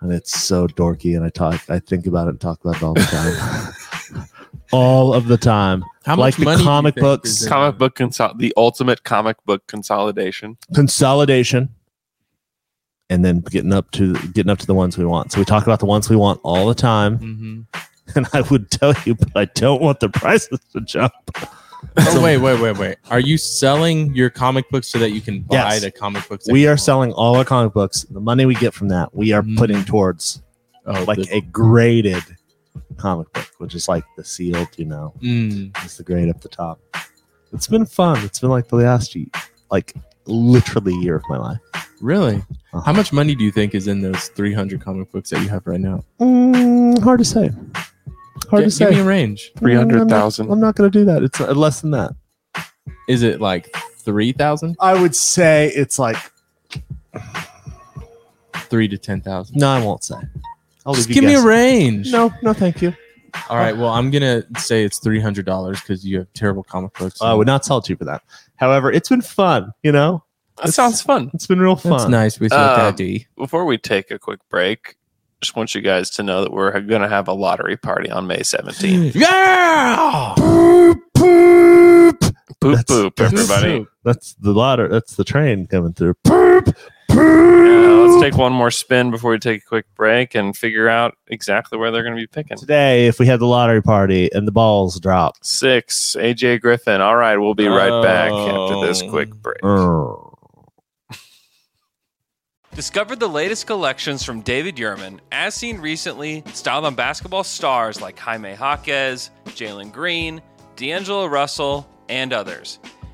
S6: and it's so dorky. And I talk, I think about it and talk about it all the time, all of the time.
S4: How
S6: Like the
S4: do you
S6: comic
S4: think
S6: books.
S4: is in-
S2: Comic book consol- the ultimate comic book consolidation.
S6: Consolidation, and then getting up to getting up to the ones we want. So we talk about the ones we want all the time.
S4: Mhm.
S6: and I would tell you, but I don't want the prices to jump.
S4: Oh wait, wait, wait, wait. Are you selling your comic books so that you can buy
S6: Yes.
S4: the comic books? that
S6: We
S4: you
S6: are
S4: want?
S6: selling all our comic books. The money we get from that, we
S4: Mm.
S6: are putting towards
S4: Oh,
S6: like
S4: the-
S6: a graded comic book, which is like the sealed, you know,
S4: Mm.
S6: it's the grade up the top. It's been fun. It's been like the last ye- like literally year of my life.
S4: really?
S6: Uh-huh.
S4: How much money do you think is in those 300 comic books that you have right now?
S6: Mm, hard to say. Hard
S4: Gi-
S6: to
S4: give
S6: say.
S4: me a range.
S6: Mm, I'm not-
S2: 300,000.
S6: I'm not going to do that. It's uh, less than that.
S4: Is it like 3,000?
S6: I would say it's like
S4: 3 to 10,000.
S6: no. I won't say. I'll
S4: Just
S6: leave
S4: give
S6: you
S4: me a
S6: guessing.
S4: range.
S6: No, no, thank you.
S4: All right. Well, I'm gonna say it's three hundred dollars because you have terrible comic books.
S6: I would not sell to you for that. However, it's been fun. You know,
S2: That sounds fun.
S6: it's been real fun.
S4: That's nice with your
S2: Um,
S4: daddy.
S2: Before we take a quick break, just want you guys to know that we're going to have a lottery party on May
S6: [GASPS]
S2: 17th.
S4: Yeah.
S2: Boop,
S6: That's-
S2: boop, everybody.
S6: That's the ladder. That's the train coming through. Boop,
S2: Yeah,
S6: boop.
S2: let's take one more spin before we take a quick break and figure out exactly where they're going to be picking.
S6: Today, if we had the lottery party and the balls drop,
S2: Six, AJ Griffin. All right, we'll be right back after this quick break.
S6: err.
S10: Discover the latest collections from David Yurman, as seen recently, styled on basketball stars like Jaime Jaquez, Jalen Green, D'Angelo Russell, and others.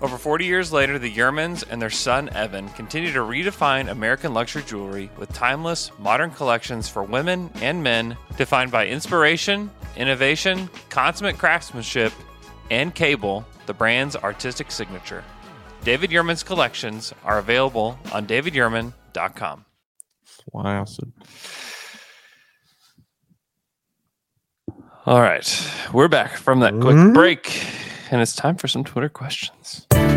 S10: Over 40 years later, the Yermans and their son Evan continue to redefine American luxury jewelry with timeless, modern collections for women and men defined by inspiration, innovation, consummate craftsmanship, and Cable, the brand's artistic signature. David Yerman's collections are available on davidyerman.com.
S4: Fly acid.
S2: All right, we're back from that quick break, and it's time for some Twitter questions.
S9: Twitter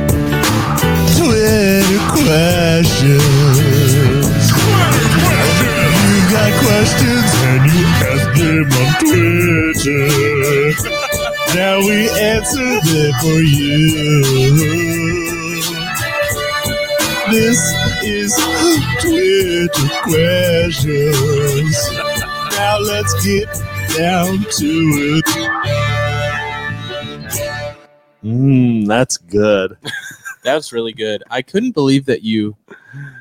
S9: questions. You got questions and you ask them on Twitter. now we answer them for you. This is Twitter questions. Now let's get down to it.
S6: Mm, that's good.
S4: That was really good. I couldn't believe that you,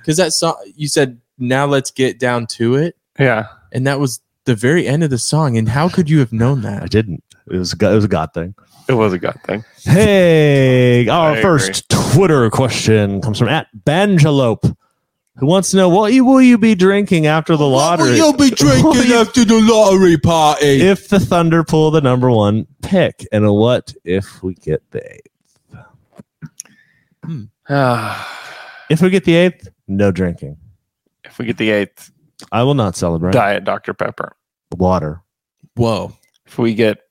S4: because that song you said. Now let's get down to it,
S2: Yeah,
S4: and that was the very end of the song. And how could you have known
S6: I
S4: that?
S6: didn't. It was a God, it was a God thing.
S2: it was a God [SIGHS] thing.
S6: Hey, our
S2: I
S6: first Twitter question comes from at Banjalope, who wants to know what you, will you be drinking after the lottery?
S4: be
S6: Will you-
S4: after the lottery party?
S6: if the Thunder pull the number one pick, and a what if we get the eighth? If we get the eighth, no drinking.
S2: if we get the eighth
S6: I will not celebrate.
S2: diet Dr Pepper,
S6: Water.
S4: Whoa!
S2: if we get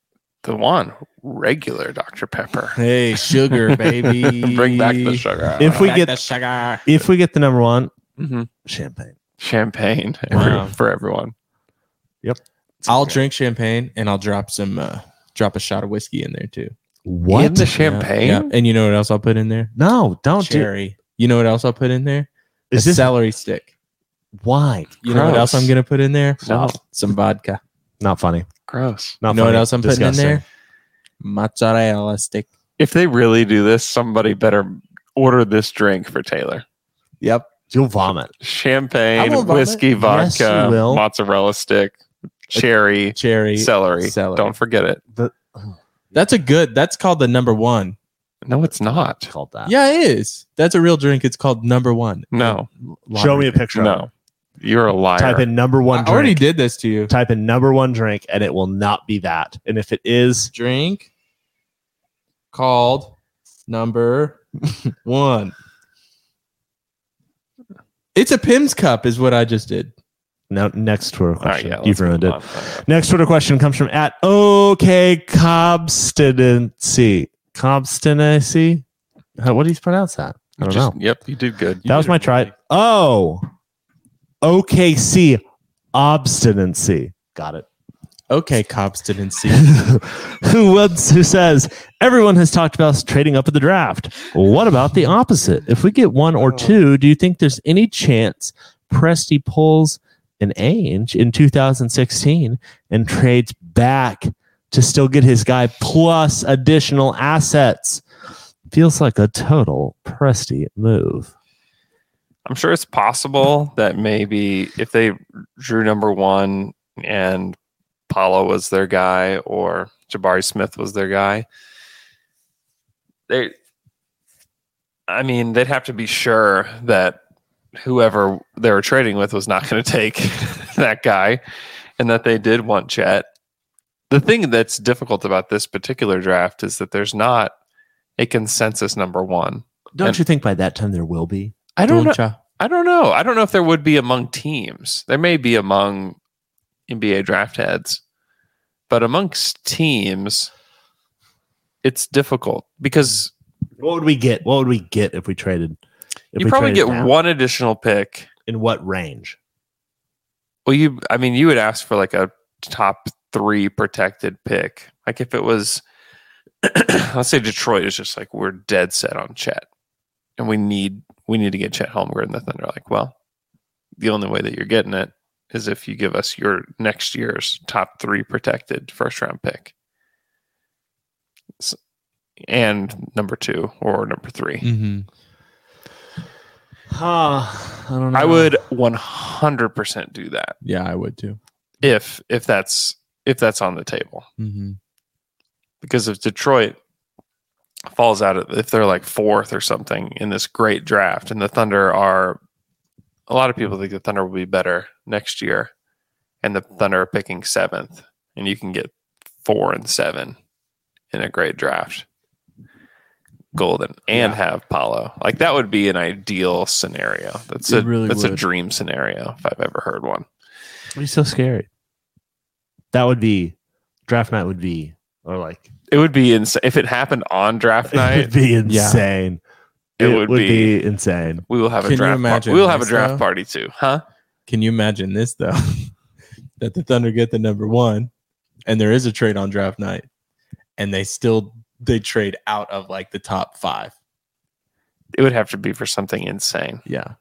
S2: the one regular Dr Pepper, [LAUGHS]
S4: Hey, sugar baby,
S2: bring back the sugar.
S6: If we
S4: Back
S6: get-
S4: the sugar.
S6: If we get the number one,
S4: Mm-hmm.
S2: Mhm.
S6: champagne.
S2: champagne
S4: Wow.
S2: every- for everyone,
S4: I'll drink champagne and I'll drop some, uh, drop a shot of whiskey in there too.
S6: What?
S2: in the champagne.
S4: Yeah, yeah. And you know what else I'll put in there?
S6: no,
S4: Oh,
S6: don't do.
S4: Cherry. You know what else I'll put in there?
S6: Is
S4: a
S6: this
S4: celery stick.
S6: why?
S4: You know what
S2: Gross.
S4: else I'm gonna put in there?
S2: No.
S4: Some vodka.
S6: Not funny.
S2: Gross.
S6: Not
S4: You know
S6: funny.
S4: what else I'm putting in
S6: Disgusting.
S4: there? Mozzarella stick.
S2: If they really do this, somebody better order this drink for Taylor.
S4: Yep.
S6: You'll vomit.
S2: Champagne,
S4: I won't vomit.
S2: whiskey,
S6: Yes, you
S2: vodka,
S6: will.
S2: mozzarella stick, cherry,
S4: Cherry.
S2: celery.
S4: celery.
S2: Don't forget it.
S4: That's a good. That's called the number one.
S2: No, it's not.
S6: Called that.
S4: Yeah, it is. That's a real drink. It's called number one.
S2: Ah. No,
S6: Show me a picture. of it.
S2: no. You're a liar.
S6: Type in number
S4: I
S6: one. Drink.
S4: already did this to you.
S6: Type in number one drink, and it will not be that. And if it is,
S4: Drink called number [LAUGHS] one. It's a Pim's cup, is what I just did.
S6: no. Next Twitter
S2: All right,
S6: question.
S2: yeah, let's
S6: You've ruined
S2: move
S6: it.
S2: on. Uh,
S6: Next Twitter question comes from at OK Cobstinacy. Cobstinacy. How, what do you pronounce that? I don't
S2: just-
S6: know.
S2: Yep, you did good. You
S6: that was
S2: did
S6: my
S2: really
S6: try.
S2: good.
S6: Oh, OKC obstinacy. Got it.
S4: Okay, cops didn't [LAUGHS] see.
S6: who wants, who says everyone has talked about us trading up at the draft. What about the opposite? If we get one
S2: Oh.
S6: or two, do you think there's any chance Presty pulls an Ainge in 2016 and trades back to still get his guy plus additional assets? Feels like a total Presty move.
S2: I'm sure it's possible that maybe if they drew number one and Paolo was their guy or Jabari Smith was their guy, they, I mean, they'd have to be sure that whoever they were trading with was not going to [LAUGHS] take that guy and that they did want Chet. The thing that's difficult about this particular draft is that there's not a consensus number one.
S6: Don't
S2: And-
S6: you think by that time there will be?
S2: I don't know.
S4: Doncha.
S2: I don't know. I don't know if there would be among teams. There may be among NBA draft heads, but amongst teams, it's difficult because
S6: What would we get? What would we get if we traded? if
S2: you
S6: we
S2: probably
S6: traded
S2: get
S6: now?
S2: one additional pick.
S6: in what range?
S2: Well, you, I mean, you would ask for like a top three protected pick. Like if it was, [CLEARS THROAT] let's say Detroit is just like we're dead set on Chet, and we need we need to get Chet Holmgren and the Thunder. Like, well, the only way that you're getting it is if you give us your next year's top three protected first round pick, S- and number two or number three.
S4: Mhm.
S6: Huh. I don't know.
S2: I would 100% do that
S4: Yeah, I would too.
S2: if if
S4: Mm-hmm.
S2: that's if that's on the table.
S4: Mhm.
S2: because if Detroit falls out of, if they're like fourth or something in this great draft, and the Thunder are a lot of people think the Thunder will be better next year, and the Thunder are picking seventh, and you can get four and seven in a great draft. Golden and have Paolo. Like that would be an ideal scenario. That's
S4: It
S2: a
S4: really
S2: that's a
S4: would.
S2: dream scenario if I've ever heard one.
S6: It'd be so scary. That would be draft night would be or like [LAUGHS]
S2: It would be insane if it happened on
S4: [LAUGHS]
S2: draft
S6: it
S2: night.
S6: would be insane.
S2: It
S6: It,
S2: would
S6: would,
S2: be-
S6: be, insane.
S2: We will have a
S4: Can you
S2: draft. Par-
S4: imagine
S2: we will have a
S4: this,
S2: draft
S4: though?
S2: party too, huh?
S4: Can you imagine this though? [LAUGHS] that the Thunder get the number one, and there is a trade on draft night, and they still they trade out of like the top five.
S2: It would have to be for something insane.
S4: Yeah,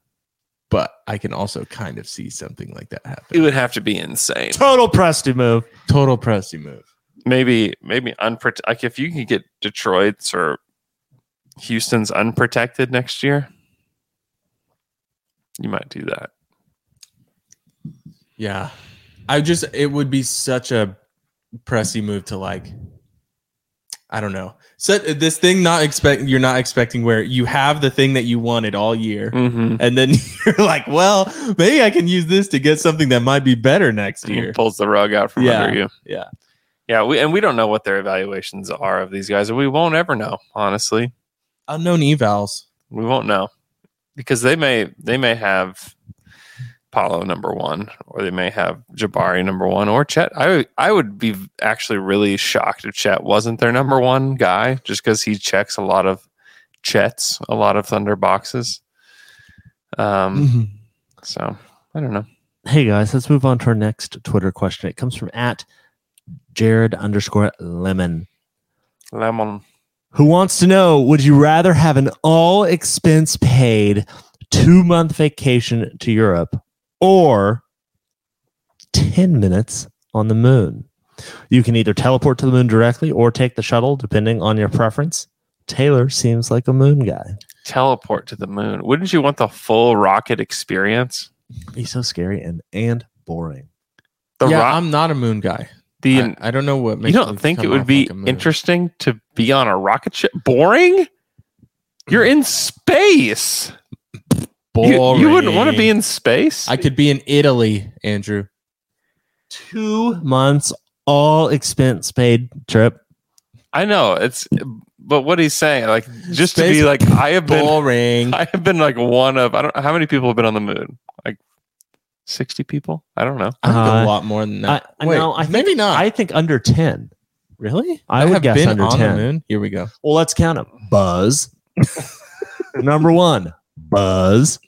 S4: but I can also kind of see something like that happen.
S2: It would have to be insane.
S6: Total Presty move.
S4: Total Presti move.
S2: Maybe maybe unprotected. Like if you can get Detroit's or Houston's unprotected next year, you might do that.
S4: Yeah, I just it would be such a Presti move to like. I don't know. So this thing not expect you're not expecting where you have the thing that you wanted all year.
S2: Mm-hmm.
S4: And then [LAUGHS] you're like, well, maybe I can use this to get something that might be better next year.
S2: Pulls the rug out from
S4: Yeah,
S2: under you.
S4: yeah.
S2: Yeah, we and we don't know what their evaluations are of these guys, and we won't ever know, honestly.
S4: Unknown evals.
S2: We won't know because they may they may have Paulo number one, or they may have Jabari number one, or Chet. I I would be actually really shocked if Chet wasn't their number one guy, just because he checks a lot of Chets, a lot of Thunder boxes. Um,
S4: Mm-hmm.
S2: so I don't know.
S6: Hey guys, let's move on to our next Twitter question. It comes from at Jared underscore lemon.
S2: Lemon.
S6: who wants to know would you rather have an all expense paid two month vacation to Europe or 10 minutes on the moon? You can either teleport to the moon directly or take the shuttle, depending on your preference. Taylor seems like a moon guy.
S2: Teleport to the moon. Wouldn't you want the full rocket experience?
S6: He's so scary and, and boring.
S2: The
S4: yeah,
S2: rock.
S4: I'm not a moon guy.
S2: The
S4: I, I don't know what
S2: you
S4: makes me
S2: don't think it
S4: come
S2: would
S4: off
S2: be
S4: like a moon.
S2: interesting to be on a rocket ship? Boring. You're in space. You, you wouldn't want to be
S4: Boring.
S2: in space.
S4: I could be in Italy, Andrew.
S6: Two months, all expense paid trip.
S2: I know it's, but what he's saying, like, just to
S4: Space-
S2: be like, I have been, [LAUGHS]
S4: Boring.
S2: I have been like one of, I don't know how many people have been on the moon, like sixty people. I don't know.
S4: I think
S6: Uh,
S4: a lot more than that.
S6: I-
S4: Wait,
S6: no, I think-
S4: maybe not.
S6: I think under 10. Really? I, would
S4: have
S6: guess
S4: been
S6: under
S4: on
S6: 10.
S4: the moon. Here we go.
S6: Well, let's count them. [LAUGHS] Buzz. Number one, Buzz.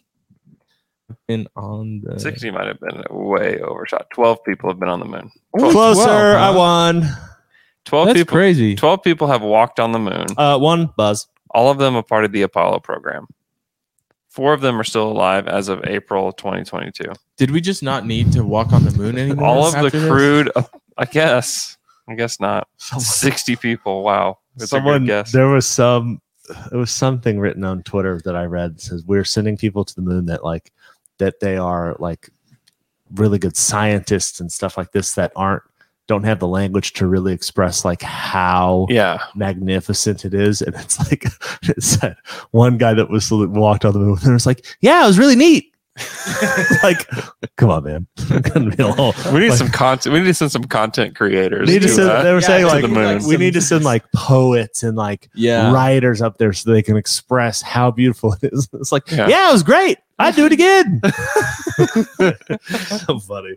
S4: Been on the
S2: Sixty might have been way overshot. Twelve people have been on the moon.
S4: Ooh,
S6: Closer,
S4: 12, huh?
S6: I won.
S2: Twelve
S4: That's
S2: people.
S4: crazy.
S2: Twelve people have walked on the moon.
S6: Uh, one, Buzz.
S2: all of them a part of the Apollo program. Four of them are still alive as of April 2022.
S4: Did we just not need to walk on the moon anymore?
S2: All of the
S4: after this?
S2: crude, I guess, I guess not. 60 people. Wow. That's a
S6: Someone,
S2: good guess.
S6: there was some, there was something written on Twitter that I read that says we're sending people to the moon that like, that they are like really good scientists and stuff like this that aren't, don't have the language to really express like how
S2: Yeah.
S6: magnificent it is. And it's like, [LAUGHS] it said one guy that was walked on the moon and was like, yeah, it was really neat. [LAUGHS] like, come on, man. [LAUGHS] Couldn't be all-
S2: We need
S6: like,
S2: some content. We need to send some content creators.
S6: Need to
S2: to,
S6: send,
S2: uh,
S6: they were
S4: Yeah,
S6: saying
S4: to
S6: like
S2: the moon.
S6: we need to send like poets and like
S4: Yeah.
S6: writers up there so they can express how beautiful it is. [LAUGHS] It's like,
S2: Yeah.
S6: yeah, it was great. I'd do it again. [LAUGHS] so funny.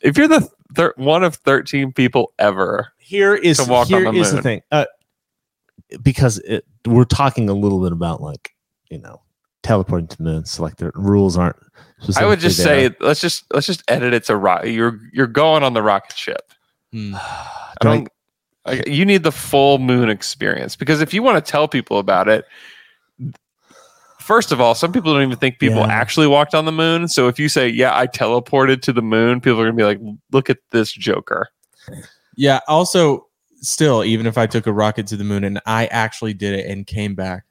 S2: if you're the thir- one of 13 people ever,
S6: here is
S2: to walk on
S6: here
S2: the
S6: is
S2: moon.
S6: the thing uh, because it, we're talking a little bit about like you know teleporting to the moon so like the rules aren't
S2: I would just
S6: specifically
S2: say let's just let's just edit it to rock. You're you're going on the rocket ship.
S4: Hmm.
S6: there.
S2: I don't. I, you need the full moon experience because if you want to tell people about it, first of all, some people don't even think people
S6: Yeah.
S2: actually walked on the moon. So if you say, "Yeah, I teleported to the moon," people are gonna be like, "Look at this joker."
S4: Yeah. Also, still, even if I took a rocket to the moon and I actually did it and came back,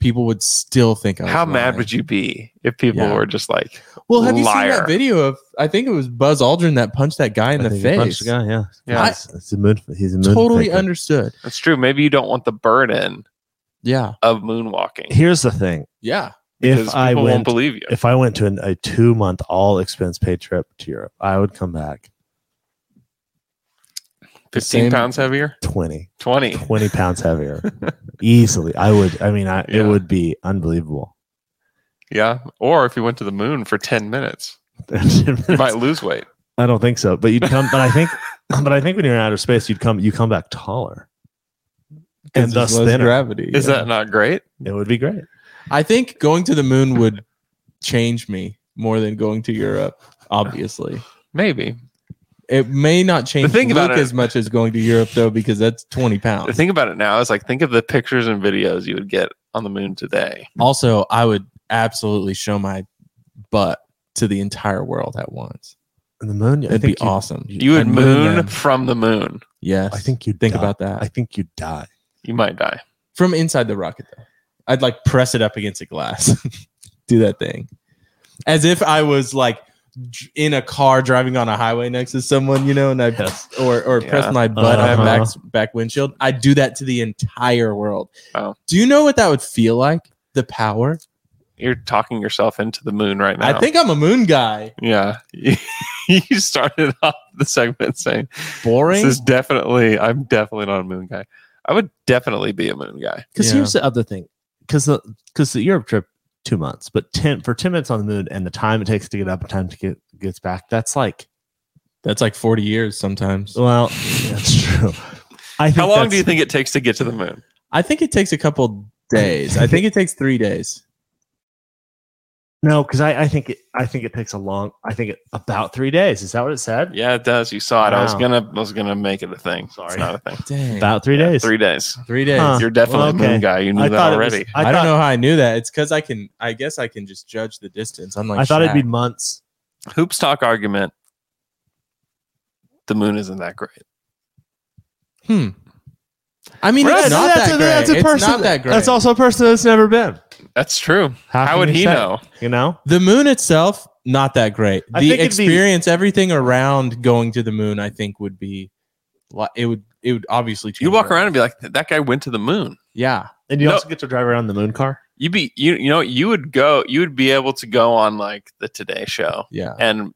S4: people would still think I was
S2: How mad
S4: lying.
S2: would you be if people
S4: Yeah.
S2: were just like,
S4: Well, have you seen
S2: Liar.
S4: that video of? I think it was Buzz Aldrin that punched that guy in
S6: I
S4: the
S6: think he punched
S4: face.
S6: the guy, yeah
S2: "Yeah,
S4: I-
S6: it's, it's a moon he's a moon
S4: Totally
S6: faker.
S4: understood.
S2: that's true. Maybe you don't want the burden
S4: Yeah.
S2: of moonwalking
S6: Here's the thing.
S4: Yeah.
S2: because
S6: If
S2: people
S6: I
S2: won't
S6: went
S2: believe you.
S6: if I went to an, a two month all expense paid trip to Europe, I would come back
S2: Fifteen
S4: same-
S2: pounds heavier,
S6: 20,
S2: twenty.
S6: 20 pounds
S2: [LAUGHS]
S6: heavier easily. I would, I mean, I,
S2: Yeah.
S6: it would be unbelievable. [LAUGHS]
S2: Yeah, or if you went to the moon for ten minutes,
S4: [LAUGHS]
S2: you might lose weight.
S6: I don't think so, but you'd come, but I
S2: [LAUGHS]
S6: think, but I think when you're in outer space, you'd come, you come back taller and
S4: Because
S6: thus
S4: there's less
S6: thinner.
S4: gravity.
S2: Is
S4: yeah.
S2: that not great?
S6: It would be great.
S4: I think going to the moon would change me more than going to Europe, obviously.
S2: Maybe.
S4: It may not change
S2: thing
S4: Luke
S2: about it-
S4: as much as going to Europe though, because that's 20
S2: The
S4: pounds.
S2: thing about it now is like think of the pictures and videos you would get on the moon today.
S4: also, I would absolutely show my butt to the entire world at once.
S6: And the moon, I
S4: It'd be
S6: think you,
S4: awesome.
S2: You would
S4: I'd
S2: moon,
S4: them.
S2: from the moon.
S4: Yes.
S6: I think you'd
S4: think
S6: die.
S4: about that.
S6: I think you'd die.
S2: You might die.
S4: From inside the rocket though. I'd like press it up against a glass. [LAUGHS] Do that thing. As if I was like dr- in a car driving on a highway next to someone, you know, and I or or
S2: Yeah.
S4: press my butt on
S6: Uh-huh.
S4: back back windshield. I do that to the entire world.
S2: Wow.
S4: Do you know what that would feel like? The power.
S2: You're talking yourself into the moon right now.
S4: I think I'm a moon guy.
S2: Yeah. [LAUGHS] you started off the segment saying
S4: Boring.
S2: this is definitely I'm definitely not a moon guy. I would definitely be a moon guy.
S6: Because
S4: Yeah.
S6: here's the other thing. Because the because the Europe trip two months, but ten for ten minutes on the moon and the time it takes to get up and time to get gets back. That's like
S4: That's like 40 years sometimes.
S6: well, that's true. I think
S2: How long
S6: that's-
S2: do you think it takes to get to the moon?
S4: I think it takes a couple days. I think it takes three days.
S6: No, because I, I think it, I think it takes a long. I think it, about three days. Is that what it said?
S2: Yeah, it does. You saw it. I was
S6: Wow.
S2: gonna I was gonna make it a thing.
S6: Sorry.
S2: It's not a thing.
S4: Dang.
S6: About three
S2: Yeah,
S6: days.
S2: Three days.
S4: three days.
S6: Huh.
S2: You're definitely
S6: Well,
S2: a moon
S6: okay.
S2: guy. You knew
S6: I
S2: that
S6: thought it was-
S2: already.
S4: I,
S6: I,
S4: don't
S6: thought,
S4: know how I knew that. It's because I can, I guess I can just judge the distance. I'm like,
S6: I thought it'd be
S4: Shaq.
S6: months.
S2: Hoops talk argument. The moon isn't that great.
S4: Hmm. I mean,
S6: Well,
S4: it's not
S6: that's-
S4: that great.
S6: that's a
S4: it's
S6: person-
S4: not that great.
S6: That's also a person that's never been.
S2: That's true. How,
S6: can
S2: would
S6: you
S2: he
S6: say?
S2: know?
S6: You know,
S4: The moon itself, not that great.
S6: I
S4: The
S6: think it'd be-
S4: experience, everything around going to the moon, I think would be, li- it would, it would obviously change.
S2: You'd walk
S4: it.
S2: around and be like, "That guy went to the moon."
S4: Yeah.
S6: and you
S2: No.
S6: also get to drive around the moon car.
S2: You'd be you you know you would go you would be able to go on like the Today Show
S4: Yeah.
S2: and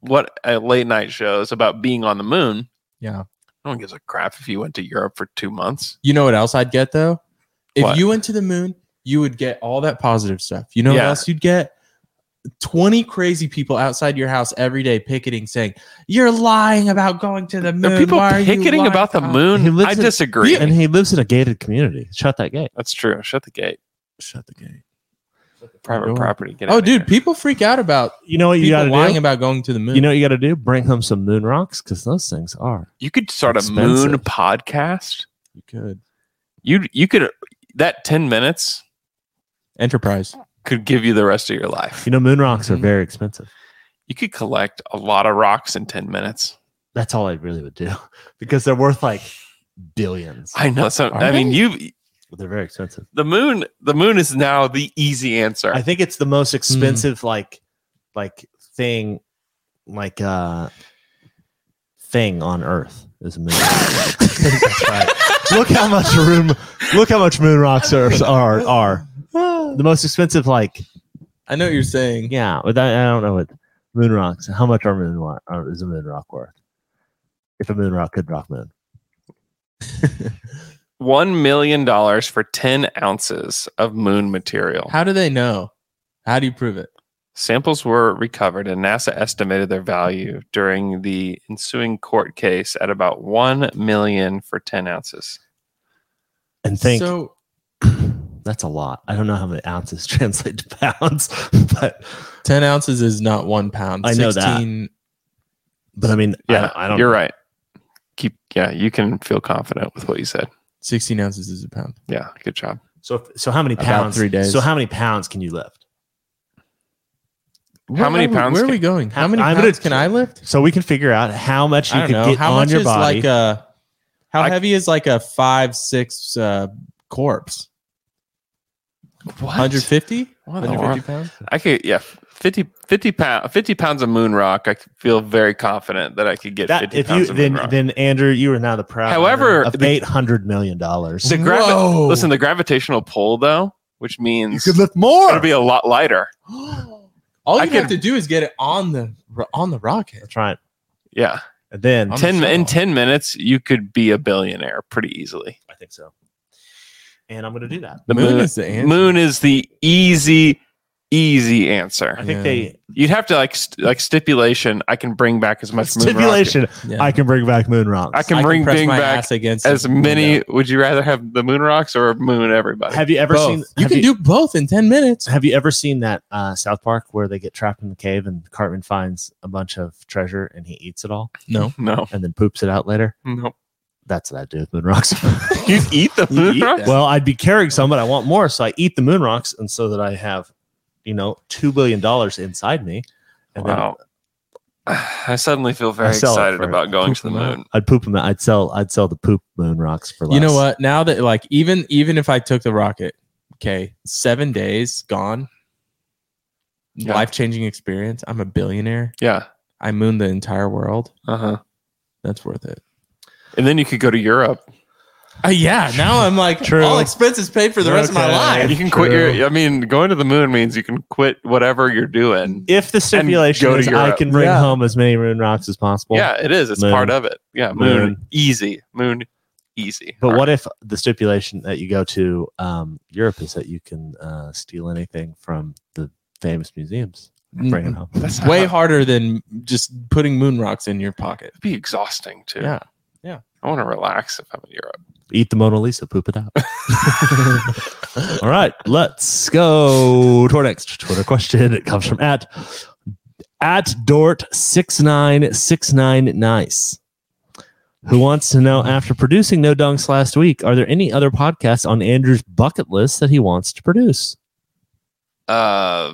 S2: what a late night shows about being on the moon.
S4: Yeah.
S2: No one gives a crap if you went to Europe for two months.
S4: You know what else I'd get though? If
S2: What?
S4: you went to the moon, you would get all that positive stuff. You know what
S2: Yeah.
S4: else you'd get? 20 crazy people outside your house every day picketing saying, You're lying about going to the moon.
S2: There are people
S4: Why are you
S2: picketing
S4: lying
S2: about the
S6: He
S2: moon.
S6: lives
S2: I
S6: in-
S2: disagree.
S6: And he lives in a gated community. Shut that gate.
S2: That's true. Shut the gate.
S4: Shut the gate.
S2: Private
S4: Door.
S2: property. Get out
S4: Oh,
S2: of
S4: dude,
S2: here.
S4: people freak out about
S6: You know what you got
S4: people
S6: to
S4: lying
S6: do.
S4: about going to the moon.
S6: You know what you got to do. Bring home some moon rocks because those things are.
S2: You could start a moon
S6: Expensive.
S2: podcast.
S4: you could.
S2: You you could that ten minutes
S4: Enterprise.
S2: could give you the rest of your life.
S6: You know, moon rocks are very expensive.
S2: You could collect a lot of rocks in ten minutes.
S6: That's all I really would do [LAUGHS] because they're worth like billions.
S2: I know. So I mean, you
S6: They're very expensive.
S2: the moon the moon is now the easy answer.
S6: I think it's the most expensive like like thing like uh thing on earth is a moon. [LAUGHS] That's right. Look how much room look how much moon rocks are are are. The most expensive like
S4: I know what you're saying.
S6: yeah, but I, I don't know what moon rocks how much are moon rock are, is a moon rock worth? If a moon rock could rock moon.
S2: One million dollars for ten ounces of moon material.
S4: How do they know? How do you prove it?
S2: Samples were recovered, and NASA estimated their value during the ensuing court case at about one million for ten ounces.
S6: And think
S4: so
S6: [CLEARS THROAT] that's a lot. I don't know how many ounces [LAUGHS] translate to pounds, [LAUGHS] but
S4: 10 ounces is not one pound.
S6: I know that.
S4: 16
S6: but I mean I don't, I don't
S2: you're right. Keep yeah, you can feel confident with what you said.
S4: 16 ounces is a pound.
S2: Yeah, good job.
S6: So if- so how many
S4: About
S6: pounds?
S4: three days.
S6: So how many pounds can you lift?
S2: How many
S4: are we-
S2: pounds
S4: Where are
S2: can-
S4: we going? How
S6: How-
S4: many
S6: I'm
S4: pounds
S6: gonna-
S4: can I lift?
S6: So we can figure out how much you
S4: I
S6: could
S4: don't know.
S6: get
S4: How
S6: on
S4: much
S6: your
S4: is
S6: body.
S4: like a how
S2: I-
S4: heavy is like a five six uh, corpse?
S2: What?
S4: 150?
S2: What in the
S4: 150 pounds?
S2: I could yeah. 50, 50, pound, 50 pounds of moon rock, I feel very confident that I could get
S6: That,
S2: 50
S6: if you
S2: pounds of
S6: then
S2: moon rock.
S6: then Andrew, you are now the proud
S2: However,
S6: owner of
S2: the-
S6: eight hundred million dollars.
S2: the gravi-
S4: Whoa.
S2: listen, the gravitational pull, though, which
S6: You
S2: means
S6: could lift more.
S2: it'll be a lot lighter.
S4: [GASPS] All
S2: I
S4: you
S2: can-
S4: have to do is get it on the on the rocket.
S6: That's right.
S2: Yeah.
S6: And then
S4: I'm
S2: ten
S4: sure.
S2: In 10 minutes, you could be a billionaire pretty easily.
S6: I think so. And I'm going to do that.
S2: The
S4: moon,
S2: moon,
S4: is the answer.
S2: moon is the easy, easy answer.
S6: I think
S4: Yeah.
S6: they
S2: You'd have to like st- like stipulation. I can bring back as much moon rock-
S6: stipulation.
S4: Yeah.
S6: I can bring back moon rocks.
S2: I can bring
S4: press
S2: Bing
S4: my
S2: back
S4: ass against
S2: as
S4: the
S2: many.
S4: window.
S2: Would you rather have the moon rocks or moon everybody?
S6: have you ever
S4: Both.
S6: seen?
S4: you
S6: have
S4: can do both in ten minutes.
S6: Have you ever seen that uh, South Park where they get trapped in the cave and Cartman finds a bunch of treasure and he eats it all
S4: No,
S2: no,
S6: and then poops it out later?
S2: no.
S6: That's what I do with moon rocks.
S2: [LAUGHS] You eat the
S4: [LAUGHS] You
S2: moon
S4: eat
S2: rocks.
S4: that.
S6: well, I'd be carrying some, but I want more, so I eat the moon rocks, and so that I have, you know, two billion dollars inside me. And
S2: Wow. [SIGHS] I suddenly feel very
S6: sell it
S2: excited
S6: for
S2: about going to the
S6: [LAUGHS] pooping out.
S2: moon.
S6: I'd poop them. out. I'd sell. I'd sell the poop moon rocks for. Less.
S4: you know what? Now that like even even if I took the rocket, okay, seven days gone,
S2: Yeah.
S4: life changing experience. I'm a billionaire.
S2: Yeah.
S4: I moon the entire world.
S2: Uh huh.
S4: That's worth it.
S2: And then you could go to Europe.
S4: Uh, yeah. Now I'm
S6: [LAUGHS]
S4: like
S6: True.
S4: all expenses paid for the rest of my
S6: Okay.
S4: life.
S2: You can quit
S6: True.
S2: your. I mean, going to the moon means you can quit whatever you're doing.
S6: If the stipulation
S2: go to
S6: is I
S2: Europe.
S6: can bring
S4: Yeah.
S6: home as many moon rocks as possible.
S2: Yeah, it is. It's
S6: Moon.
S2: part of it. Yeah, moon,
S6: Moon.
S2: easy. Moon easy. Uh,
S6: But
S2: All
S6: what if the stipulation that you go to um, Europe is that you can uh, steal anything from the famous museums, and bring it home?
S2: right. that's
S4: Way
S2: that'd
S4: harder than just putting moon rocks in your pocket.
S2: be exhausting too.
S4: Yeah.
S2: I want to relax if I'm in Europe.
S6: Eat the Mona Lisa, poop it out. All right, let's go to our next Twitter question. It comes from at at Dort six nine six nine nice. Who wants to know after producing No Dunks last week, are there any other podcasts on Andrew's bucket list that he wants to produce?
S2: Uh,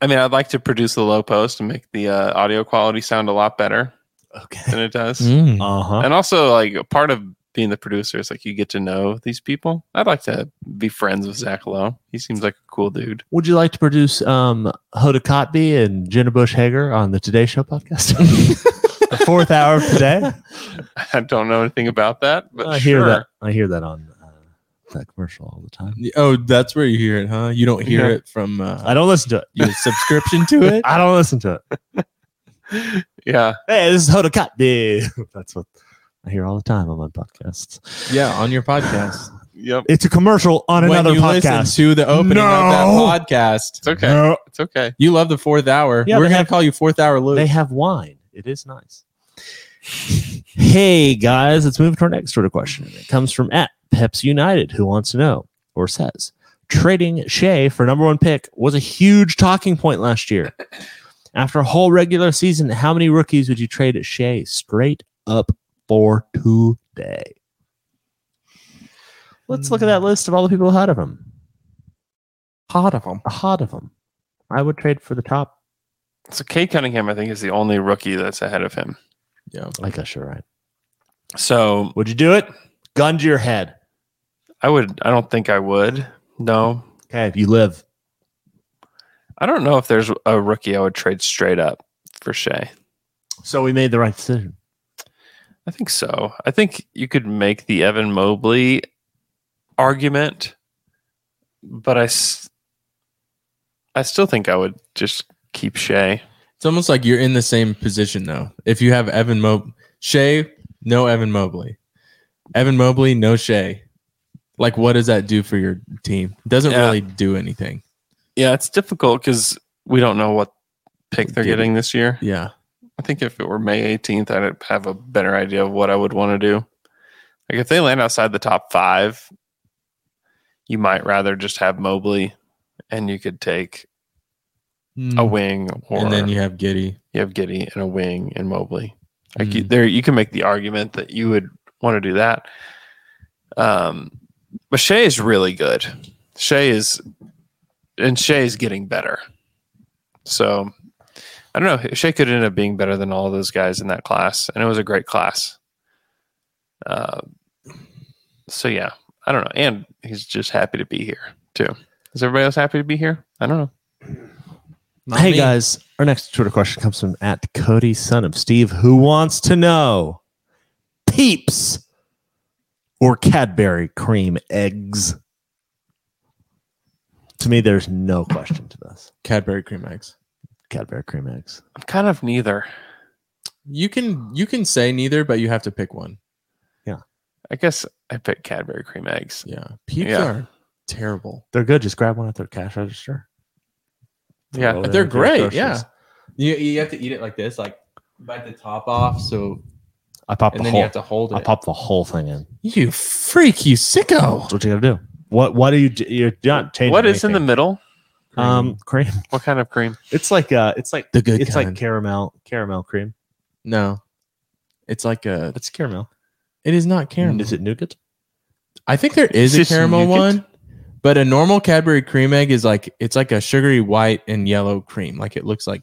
S2: I mean, I'd like to produce the low post and make the uh, audio quality sound a lot better
S6: Okay.
S2: than it does.
S4: Mm.
S6: Uh huh.
S2: And also, like, a part of being the producer is like you get to know these people. I'd like to be friends with Zach Lowe. He seems like a cool dude. [LAUGHS]
S6: Would you like to produce um, Hoda Kotb and Jenna Bush Hager on the Today Show podcast? the fourth hour of today.
S2: I don't know anything about that, but
S6: I
S2: sure.
S6: hear that. I hear that on uh, that commercial all the time.
S4: Oh, that's where you hear it, huh? You don't hear
S2: Yeah.
S4: it from uh,
S6: I don't listen [LAUGHS] to
S4: your subscription to it.
S6: it. I don't listen to it.
S2: Yeah,
S6: Hey, this is Hoda Kotb. [LAUGHS] That's what I hear all the time on my podcasts.
S4: Yeah, on your podcast.
S2: yep.
S6: It's a commercial on another
S4: you
S6: podcast.
S4: listen to the opening
S6: No.
S4: of that podcast,
S2: It's okay.
S6: No,
S2: It's okay.
S4: you love the fourth hour.
S6: Yeah,
S4: We're
S6: they
S4: gonna
S6: have-
S4: call you fourth hour Luke.
S6: they have wine. It is nice. hey guys, let's move to our next sort of question. It comes from at Peps United, who wants to know or says trading Shea for number one pick was a huge talking point last year. After a whole regular season, how many rookies would you trade at Shea straight up for today? Let's look at that list of all the people ahead of him.
S4: hot of them.
S6: A hot of them. I would trade for the top.
S2: So Kate Cunningham, I think, is the only rookie that's ahead of him.
S4: Yeah.
S6: I guess you're right.
S2: So
S6: Would you do it? Gun to your head.
S2: I would. I don't think I would. No,
S6: Okay, if you live.
S2: I don't know if there's a rookie I would trade straight up for Shea.
S6: So we made the right decision.
S2: I think so. I think you could make the Evan Mobley argument, but I, s- I still think I would just keep Shea.
S4: It's almost like you're in the same position though. If you have Evan Mob Shea, no Evan Mobley. Evan Mobley, no Shea. Like what does that do for your team? Doesn't
S2: Yeah.
S4: really do anything.
S2: Yeah, it's difficult because we don't know what pick they're
S4: Did it.
S2: getting this year.
S4: Yeah.
S2: I think if it were May 18th, I'd have a better idea of what I would want to do. Like if they land outside the top five, you might rather just have Mobley, and you could take a
S6: Oh,
S2: wing, or
S4: and then you have Giddy.
S2: Mm. you have Giddy and a wing and Mobley. Like you,
S4: Mm.
S2: there, you can make the argument that you would want to do that. Um, but Shea is really good. Shea is, and Shea is getting better. So I don't know. Shea could end up being better than all those guys in that class, and it was a great class. Uh, so yeah, I don't know. And he's just happy to be here too. Is everybody else happy to be here? I don't know.
S6: Not hey guys, our next Twitter question comes from at Cody, son of Steve, who wants to know peeps or Cadbury cream eggs. To me, there's no question to this.
S4: Cadbury cream eggs.
S6: Cadbury cream eggs.
S2: I'm kind of neither.
S4: You can you can say neither, but you have to pick one.
S2: I guess I pick Cadbury cream eggs.
S4: Yeah, peeps
S2: Yeah.
S4: are terrible.
S6: They're good. Just grab one at their cash register.
S2: Yeah.
S6: Throw it in
S4: They're
S6: with your
S4: great.
S6: groceries.
S4: Yeah, you, you have to eat it like this, like bite the top off, so
S6: I pop
S4: and
S6: the
S4: then
S6: whole.
S4: you have to hold it.
S6: I pop the whole thing in.
S4: You freak, you sicko!
S6: That's what you gotta do. What? What do you? do? You're not changing.
S2: What is in the middle?
S6: the um cream?
S2: What kind of cream?
S6: It's like uh, it's like
S4: The good
S6: it's
S4: kind.
S6: like caramel caramel cream.
S4: no, it's like a.
S6: It's caramel.
S4: It is not caramel.
S6: Is it nougat?
S4: I think there is a
S2: Just
S4: caramel
S2: nuke it?
S4: one, but a normal Cadbury cream egg is like it's like a sugary white and yellow cream. Like it looks like.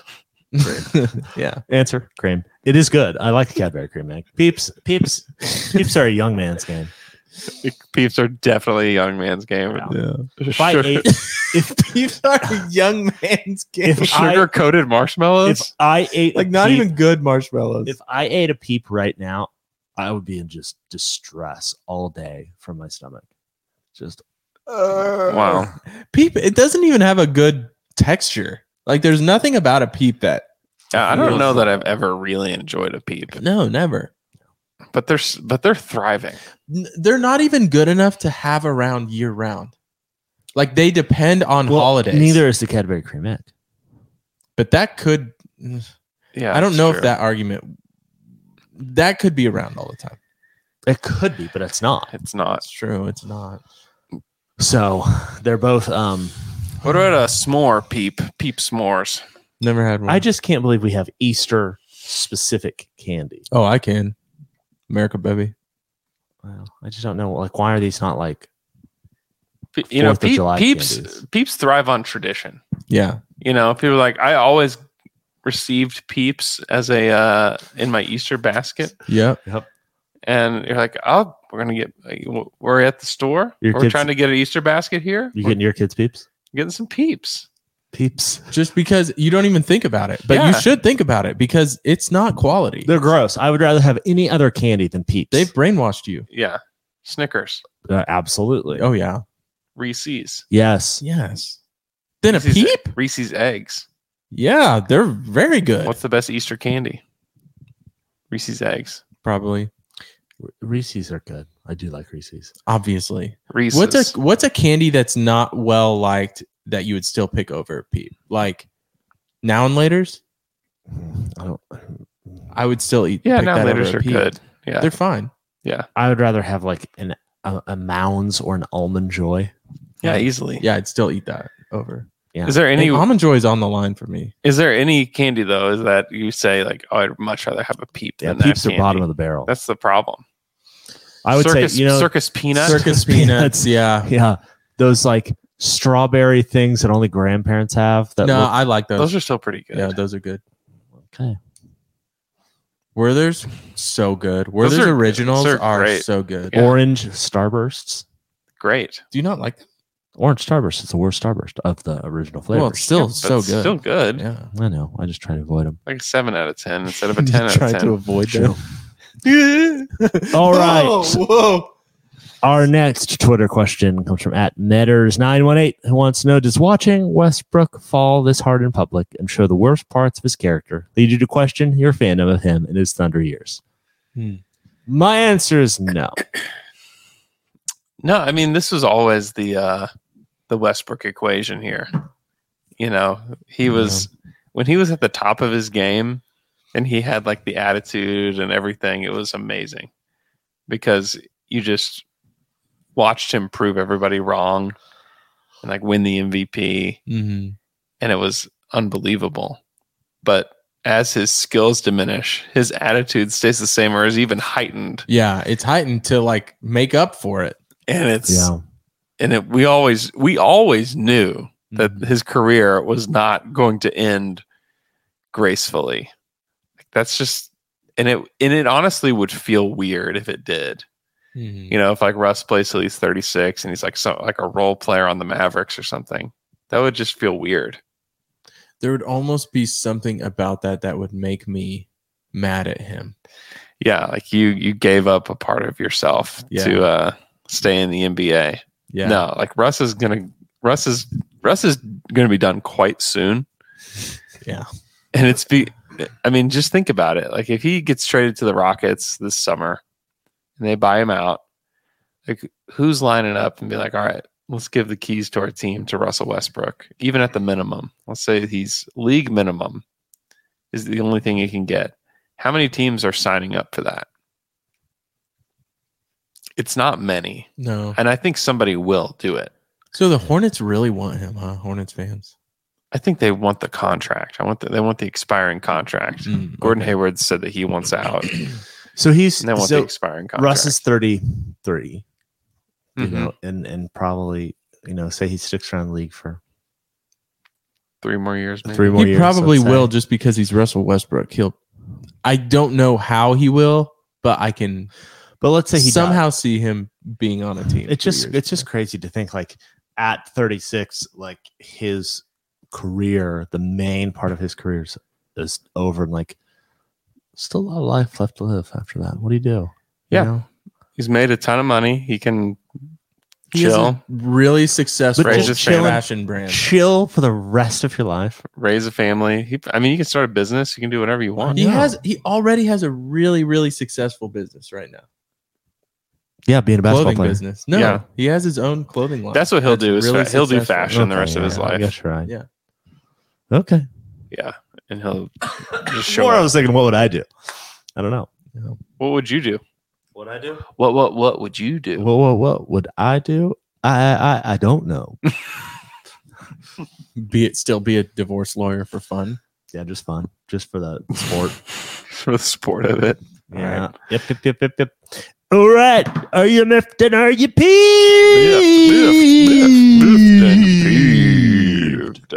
S4: [LAUGHS] yeah,
S6: Answer cream. It is good. I like the Cadbury cream egg. Peeps, peeps, peeps are a young man's game.
S2: [LAUGHS] Peeps are definitely a young man's game. [LAUGHS]
S6: If I
S2: Sugar-
S6: ate, if
S4: these are a young man's
S6: [LAUGHS]
S2: [LAUGHS]
S4: game.
S6: if I
S2: sugar-coated marshmallows.
S4: [LAUGHS]
S6: if I ate a
S4: like not
S6: peep-
S4: even good marshmallows.
S6: if I ate a peep right now, I would be in just distress all day from my stomach. Just
S2: wow.
S4: peep, it doesn't even have a good texture. Like there's nothing about a peep that.
S2: Yeah, I don't know that I've ever really enjoyed a peep,
S4: No, never.
S2: but they're s- but they're thriving.
S4: N- they're not even good enough to have around year round. Like they depend on
S6: Well,
S4: holidays.
S6: Neither is the Cadbury cream egg.
S4: but that could.
S2: Yeah,
S4: I don't
S2: it's
S4: know
S2: true.
S4: if that argument that could be around all the time.
S6: It could be, but it's not.
S2: it's not.
S4: That's true. It's not.
S6: So they're both. Um,
S2: What about a s'more peep? Peep s'mores.
S4: Never had one.
S6: I just can't believe we have Easter specific candy.
S4: oh, I can. America, baby.
S6: Wow, I just don't know. Like, why are these not like?
S2: Pe- You know,
S6: Fourth of
S2: peep,
S6: July
S2: peeps
S6: candies.
S2: peeps thrive on tradition.
S4: Yeah.
S2: You know, people are like I always received peeps as a uh, in my Easter basket,
S4: Yep.
S2: and you're like, oh, we're gonna get like, w- we're at the store.
S6: Your
S2: we're
S6: kids-
S2: trying to get an Easter basket here.
S6: You
S2: we're
S6: getting your kids peeps?
S2: getting some peeps.
S6: Peeps.
S4: Just because you don't even think about it, but
S2: Yeah.
S4: you should think about it because it's not quality.
S6: They're gross. I would rather have any other candy than peeps.
S4: They've brainwashed you.
S2: Yeah, Snickers,
S6: Uh, absolutely.
S4: Oh yeah.
S2: Reese's,
S6: Yes.
S4: Yes. Then a
S2: Reese's- e-,
S4: peep.
S2: Reese's eggs.
S4: Yeah, they're very good.
S2: What's the best Easter candy? Reese's eggs.
S4: Probably.
S6: Reese's are good. I do like Reese's.
S4: Obviously.
S2: Reese's.
S4: What's a what's a candy that's not well liked that you would still pick over a peep? Like now and later's,
S6: Mm, I don't.
S4: I would still eat.
S2: yeah,
S4: pick
S2: now
S4: that over
S2: later's
S4: a
S2: are
S4: Peep.
S2: good. Yeah,
S4: They're fine.
S6: I would rather have like an a, a Mounds or an Almond Joy.
S2: yeah, easily.
S4: Yeah, um, I'd still eat that over.
S6: Yeah.
S2: Is there any?
S4: Any almond joy is on the line for me.
S2: Is there any candy though? Is that you say like, oh, I'd much rather have a peep
S6: Yeah,
S2: than that
S6: peeps are
S2: candy.
S6: bottom of the barrel.
S2: That's the problem.
S6: I would
S2: circus,
S6: say you know.
S2: circus peanut.
S4: Circus
S6: [LAUGHS] Peanuts.
S4: peanuts. Yeah.
S6: Yeah, those like strawberry things that only grandparents have. That
S4: no,
S6: look-
S4: I like those.
S2: Those are still pretty good.
S4: yeah, those are good.
S6: okay.
S4: Werther's so good. Werther's
S2: are-
S4: originals
S2: those are
S4: are,
S2: great.
S4: so good.
S2: Yeah.
S6: Orange Starbursts.
S2: Great.
S4: Do you not like them?
S6: Orange Starburst is the worst Starburst of the original flavors.
S4: Well, it's still
S2: But
S4: so
S2: it's
S4: good.
S2: Still good.
S4: yeah.
S6: I know. I just try to avoid them.
S2: Like a seven out of ten instead of a ten out of ten.
S4: avoid
S6: True. [LAUGHS] All
S2: [LAUGHS] Oh,
S6: right.
S4: whoa.
S6: Our next Twitter question comes from at Netters918, who wants to know Does watching Westbrook fall this hard in public and show the worst parts of his character lead you to question your fandom of him in his Thunder years?
S4: Hmm.
S6: My answer is no.
S2: No, I mean this was always the uh the Westbrook equation here. You know, he was when he was at the top of his game and he had like the attitude and everything, it was amazing. Because you just watched him prove everybody wrong and like win the MVP
S4: hmm
S2: and it was unbelievable. But as his skills diminish, his attitude stays the same or is even heightened.
S4: Yeah, it's heightened to like make up for it.
S2: And it's
S6: Yeah.
S2: and it, we always we always knew that
S4: Mm-hmm.
S2: his career was not going to end gracefully. Like, that's just and it and it honestly would feel weird if it did.
S4: Mhm.
S2: Mm-hmm. You know, if like Russ plays till he's 36 and he's like so like a role player on the Mavericks or something. That would just feel weird.
S4: There would almost be something about that that would make me mad at him.
S2: Yeah, like you you gave up a part of yourself
S4: Yeah.
S2: to uh, stay in the NBA.
S4: Yeah.
S2: No, like Russ is gonna Russ is Russ is gonna be done quite soon.
S4: Yeah.
S2: And it's be I mean, just think about it. Like if he gets traded to the Rockets this summer and they buy him out, like who's lining up and be like, all right, let's give the keys to our team to Russell Westbrook, even at the minimum. Let's say he's league minimum is the only thing he can get. How many teams are signing up for that? It's not many.
S4: No.
S2: And I think somebody will do it.
S4: So the Hornets really want him, huh? Hornets fans.
S2: I think they want the contract. I want the, they want the expiring contract.
S4: Mm,
S2: Gordon
S4: okay.
S2: Hayward said that he wants out, and
S6: So he's
S2: they want
S6: so
S2: the expiring contract.
S6: Russ is 33, you
S2: Mhm.
S6: know,
S4: Hmm.
S6: and and probably you know say he sticks around the league for
S2: three more years. Maybe.
S6: three more
S4: He
S6: years. let's
S4: probably
S6: say.
S4: will just because he's Russell Westbrook. He'll I don't know how he will, but I can
S6: but let's say he
S4: somehow see him being on a team.
S6: It's
S4: for
S6: just
S4: years.
S6: it's just crazy to think like at 36, like his career, the main part of his career is, is over, and like still a lot of life left to live after that. What do you do? You
S2: Yeah.
S6: know?
S2: He's made a ton of money. He can
S4: He has
S2: chill,
S4: a really successful
S6: But
S2: just
S4: fashion
S6: chilling-
S4: brand.
S6: chill for the rest of your life.
S2: raise a family. He, I mean, you can start a business. You can do whatever you want.
S4: He has he already has a really really successful business right now.
S6: Yeah, being a basketball
S4: clothing
S6: player.
S4: business. No,
S2: Yeah.
S4: he has his own clothing line.
S2: That's what he'll do is fa- he'll do
S4: successful.
S2: fashion. the rest of his
S6: I
S2: life.
S6: guess you're right.
S4: Yeah.
S6: Okay.
S2: Yeah, and
S6: [LAUGHS]
S2: he'll just show.
S6: Sure. I
S2: up.
S6: was thinking, what would I do? I don't know.
S2: What would you do? What I do? What what what would you do?
S6: Whoa, whoa, what would I do? I, I, I don't
S2: [LAUGHS]
S6: know.
S4: Be it still be a divorce lawyer for fun.
S6: yeah, just fun, just for the sport.
S2: [LAUGHS] for the sport of it.
S6: yeah. Yep, yep, yep, yep, yep. All right. Are you lifting? Are you peeved?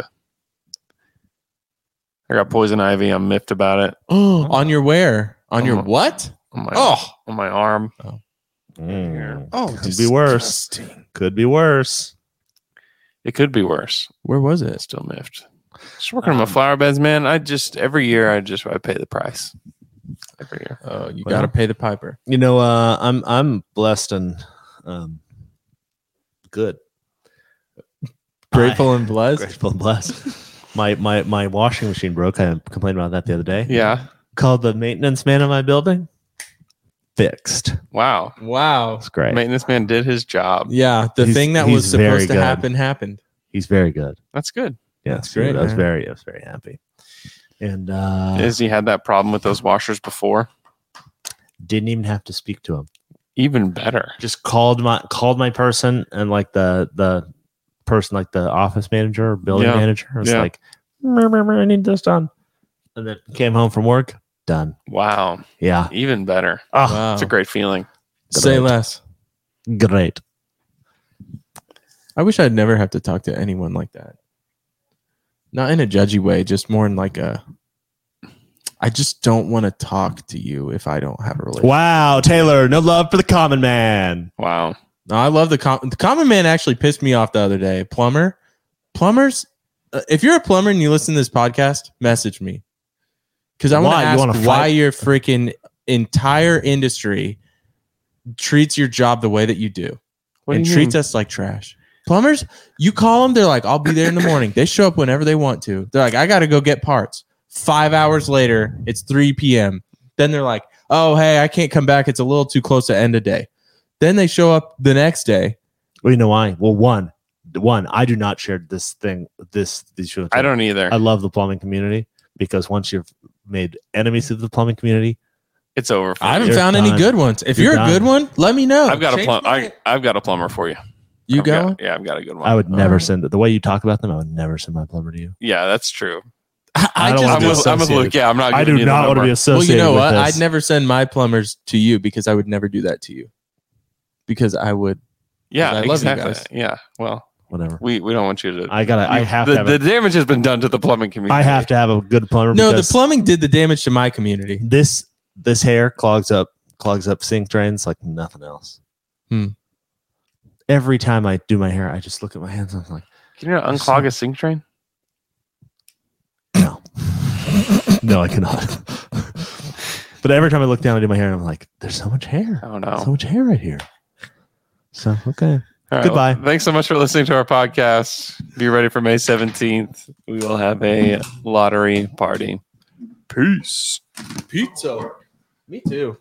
S2: I got poison ivy. I'm miffed about it
S4: [GASPS] Oh, on your where? On your
S2: Oh.
S4: what?
S2: on my
S4: Oh,
S2: on my arm.
S6: Mm.
S4: oh,
S6: Could be worse. Could be worse.
S2: It could be worse.
S4: Where was
S2: It's
S4: it?
S2: still miffed. Just working
S4: Um,
S2: on my flower beds, man. I just every year I just I pay the price. Every year.
S4: Oh, you
S6: Well-
S4: gotta pay the piper.
S6: You know, uh, I'm I'm blessed and um, good,
S2: [LAUGHS]
S4: Grateful and
S6: [LAUGHS]
S4: blessed.
S6: grateful and blessed. my my my washing machine broke. I complained about that the other day.
S2: Yeah.
S6: Called the maintenance man of my building. Fixed.
S2: Wow.
S4: Wow.
S6: That's great.
S2: Maintenance man did his job.
S4: Yeah, the
S6: He's-
S4: thing that
S6: he's
S4: was
S6: very
S4: supposed to
S6: good.
S4: happen happened.
S6: He's very good.
S2: That's good.
S6: Yeah,
S4: That's
S6: so
S4: great,
S6: I was
S4: man.
S6: very I was very happy. And uh,
S2: Is he had that problem with those washers before?
S6: didn't even have to speak to him.
S2: Even better.
S6: just called my called my person and like the the person like the office manager or building
S2: Yeah.
S6: manager was
S2: Yeah.
S6: like "Mer, mer, mer, I need this done. And then came home from work, done.
S2: Wow.
S6: Yeah.
S2: Even better.
S6: Oh
S4: Wow.
S2: It's a great feeling.
S4: Say
S6: great.
S4: less.
S6: great.
S4: I wish I'd never have to talk to anyone like that. Not in a judgy way, just more in like a I just don't want to talk to you if I don't have a relationship.
S6: Wow, Taylor, no love for the common man.
S2: Wow.
S4: No, I love the com- the common man actually pissed me off the other day. Plumber, plumbers. Uh, if you're a plumber and you listen to this podcast, message me because I want
S6: Why?
S4: to
S6: You
S4: ask
S6: wanna fight?
S4: why your freaking entire industry treats your job the way that you do
S2: What do
S4: and
S2: you
S4: treats
S2: mean?
S4: us like trash. Plumbers, you call them, they're like, "I'll be there in the morning." They show up whenever they want to. They're like, "I got to go get parts." Five hours later, it's three p.m. Then they're like, "Oh, hey, I can't come back. It's a little too close to end of day." Then they show up the next day.
S6: Well, you know why? Well, one, one, I do not share this thing, this these feelings.
S2: I don't either.
S6: I love the plumbing community because once you've made enemies of the plumbing community,
S2: It's over for
S4: I
S2: me.
S4: haven't
S6: You're
S4: found any
S6: done.
S4: good ones. If
S6: You're
S4: you're, a good
S6: done.
S4: one, let me know.
S2: I've got a
S4: Change
S2: plum.
S4: my-
S2: I, I've got a plumber for you.
S4: you
S2: I've
S4: go.
S2: got- yeah, I've got a good one.
S6: I would never
S4: Oh.
S6: send the way you talk about them. I would never send my plumber to you.
S2: yeah, that's true.
S4: I, I
S6: I don't
S4: just
S6: wanna
S2: I'm
S6: be
S2: with, I'm with
S6: associated.
S2: Luke. Yeah, I'm not.
S6: I
S2: giving
S6: do
S2: you the
S6: not want to
S2: number.
S6: be
S4: well, you
S6: associated.
S4: know
S6: with
S4: what?
S6: this.
S4: I'd never send my plumbers to you because I would never do that to you. Because I would.
S2: Yeah,
S4: I love you
S2: exactly.
S4: guys.
S2: Yeah. Well,
S6: whatever.
S2: we we don't want you to.
S6: I gotta. I have
S2: the,
S6: to. Have
S2: the
S6: a,
S2: damage has been done to the plumbing community.
S6: I have to have a good plumber.
S4: No, the
S6: because
S4: plumbing did the damage to my community.
S6: this this hair clogs up clogs up sink drains like nothing else.
S4: Hmm.
S6: Every time I do my hair, I just look at my hands. and I'm like,
S2: Can you not unclog a sink drain?
S6: No. no, I cannot. but every time I look down, I do my hair, and I'm like, there's so much hair.
S2: Oh no.
S6: So much hair right here. So, okay.
S2: All right,
S6: Goodbye.
S2: well, thanks so much for listening to our podcast. Be ready for May 17th. We will have a lottery party. Peace.
S4: Pizza. Me too.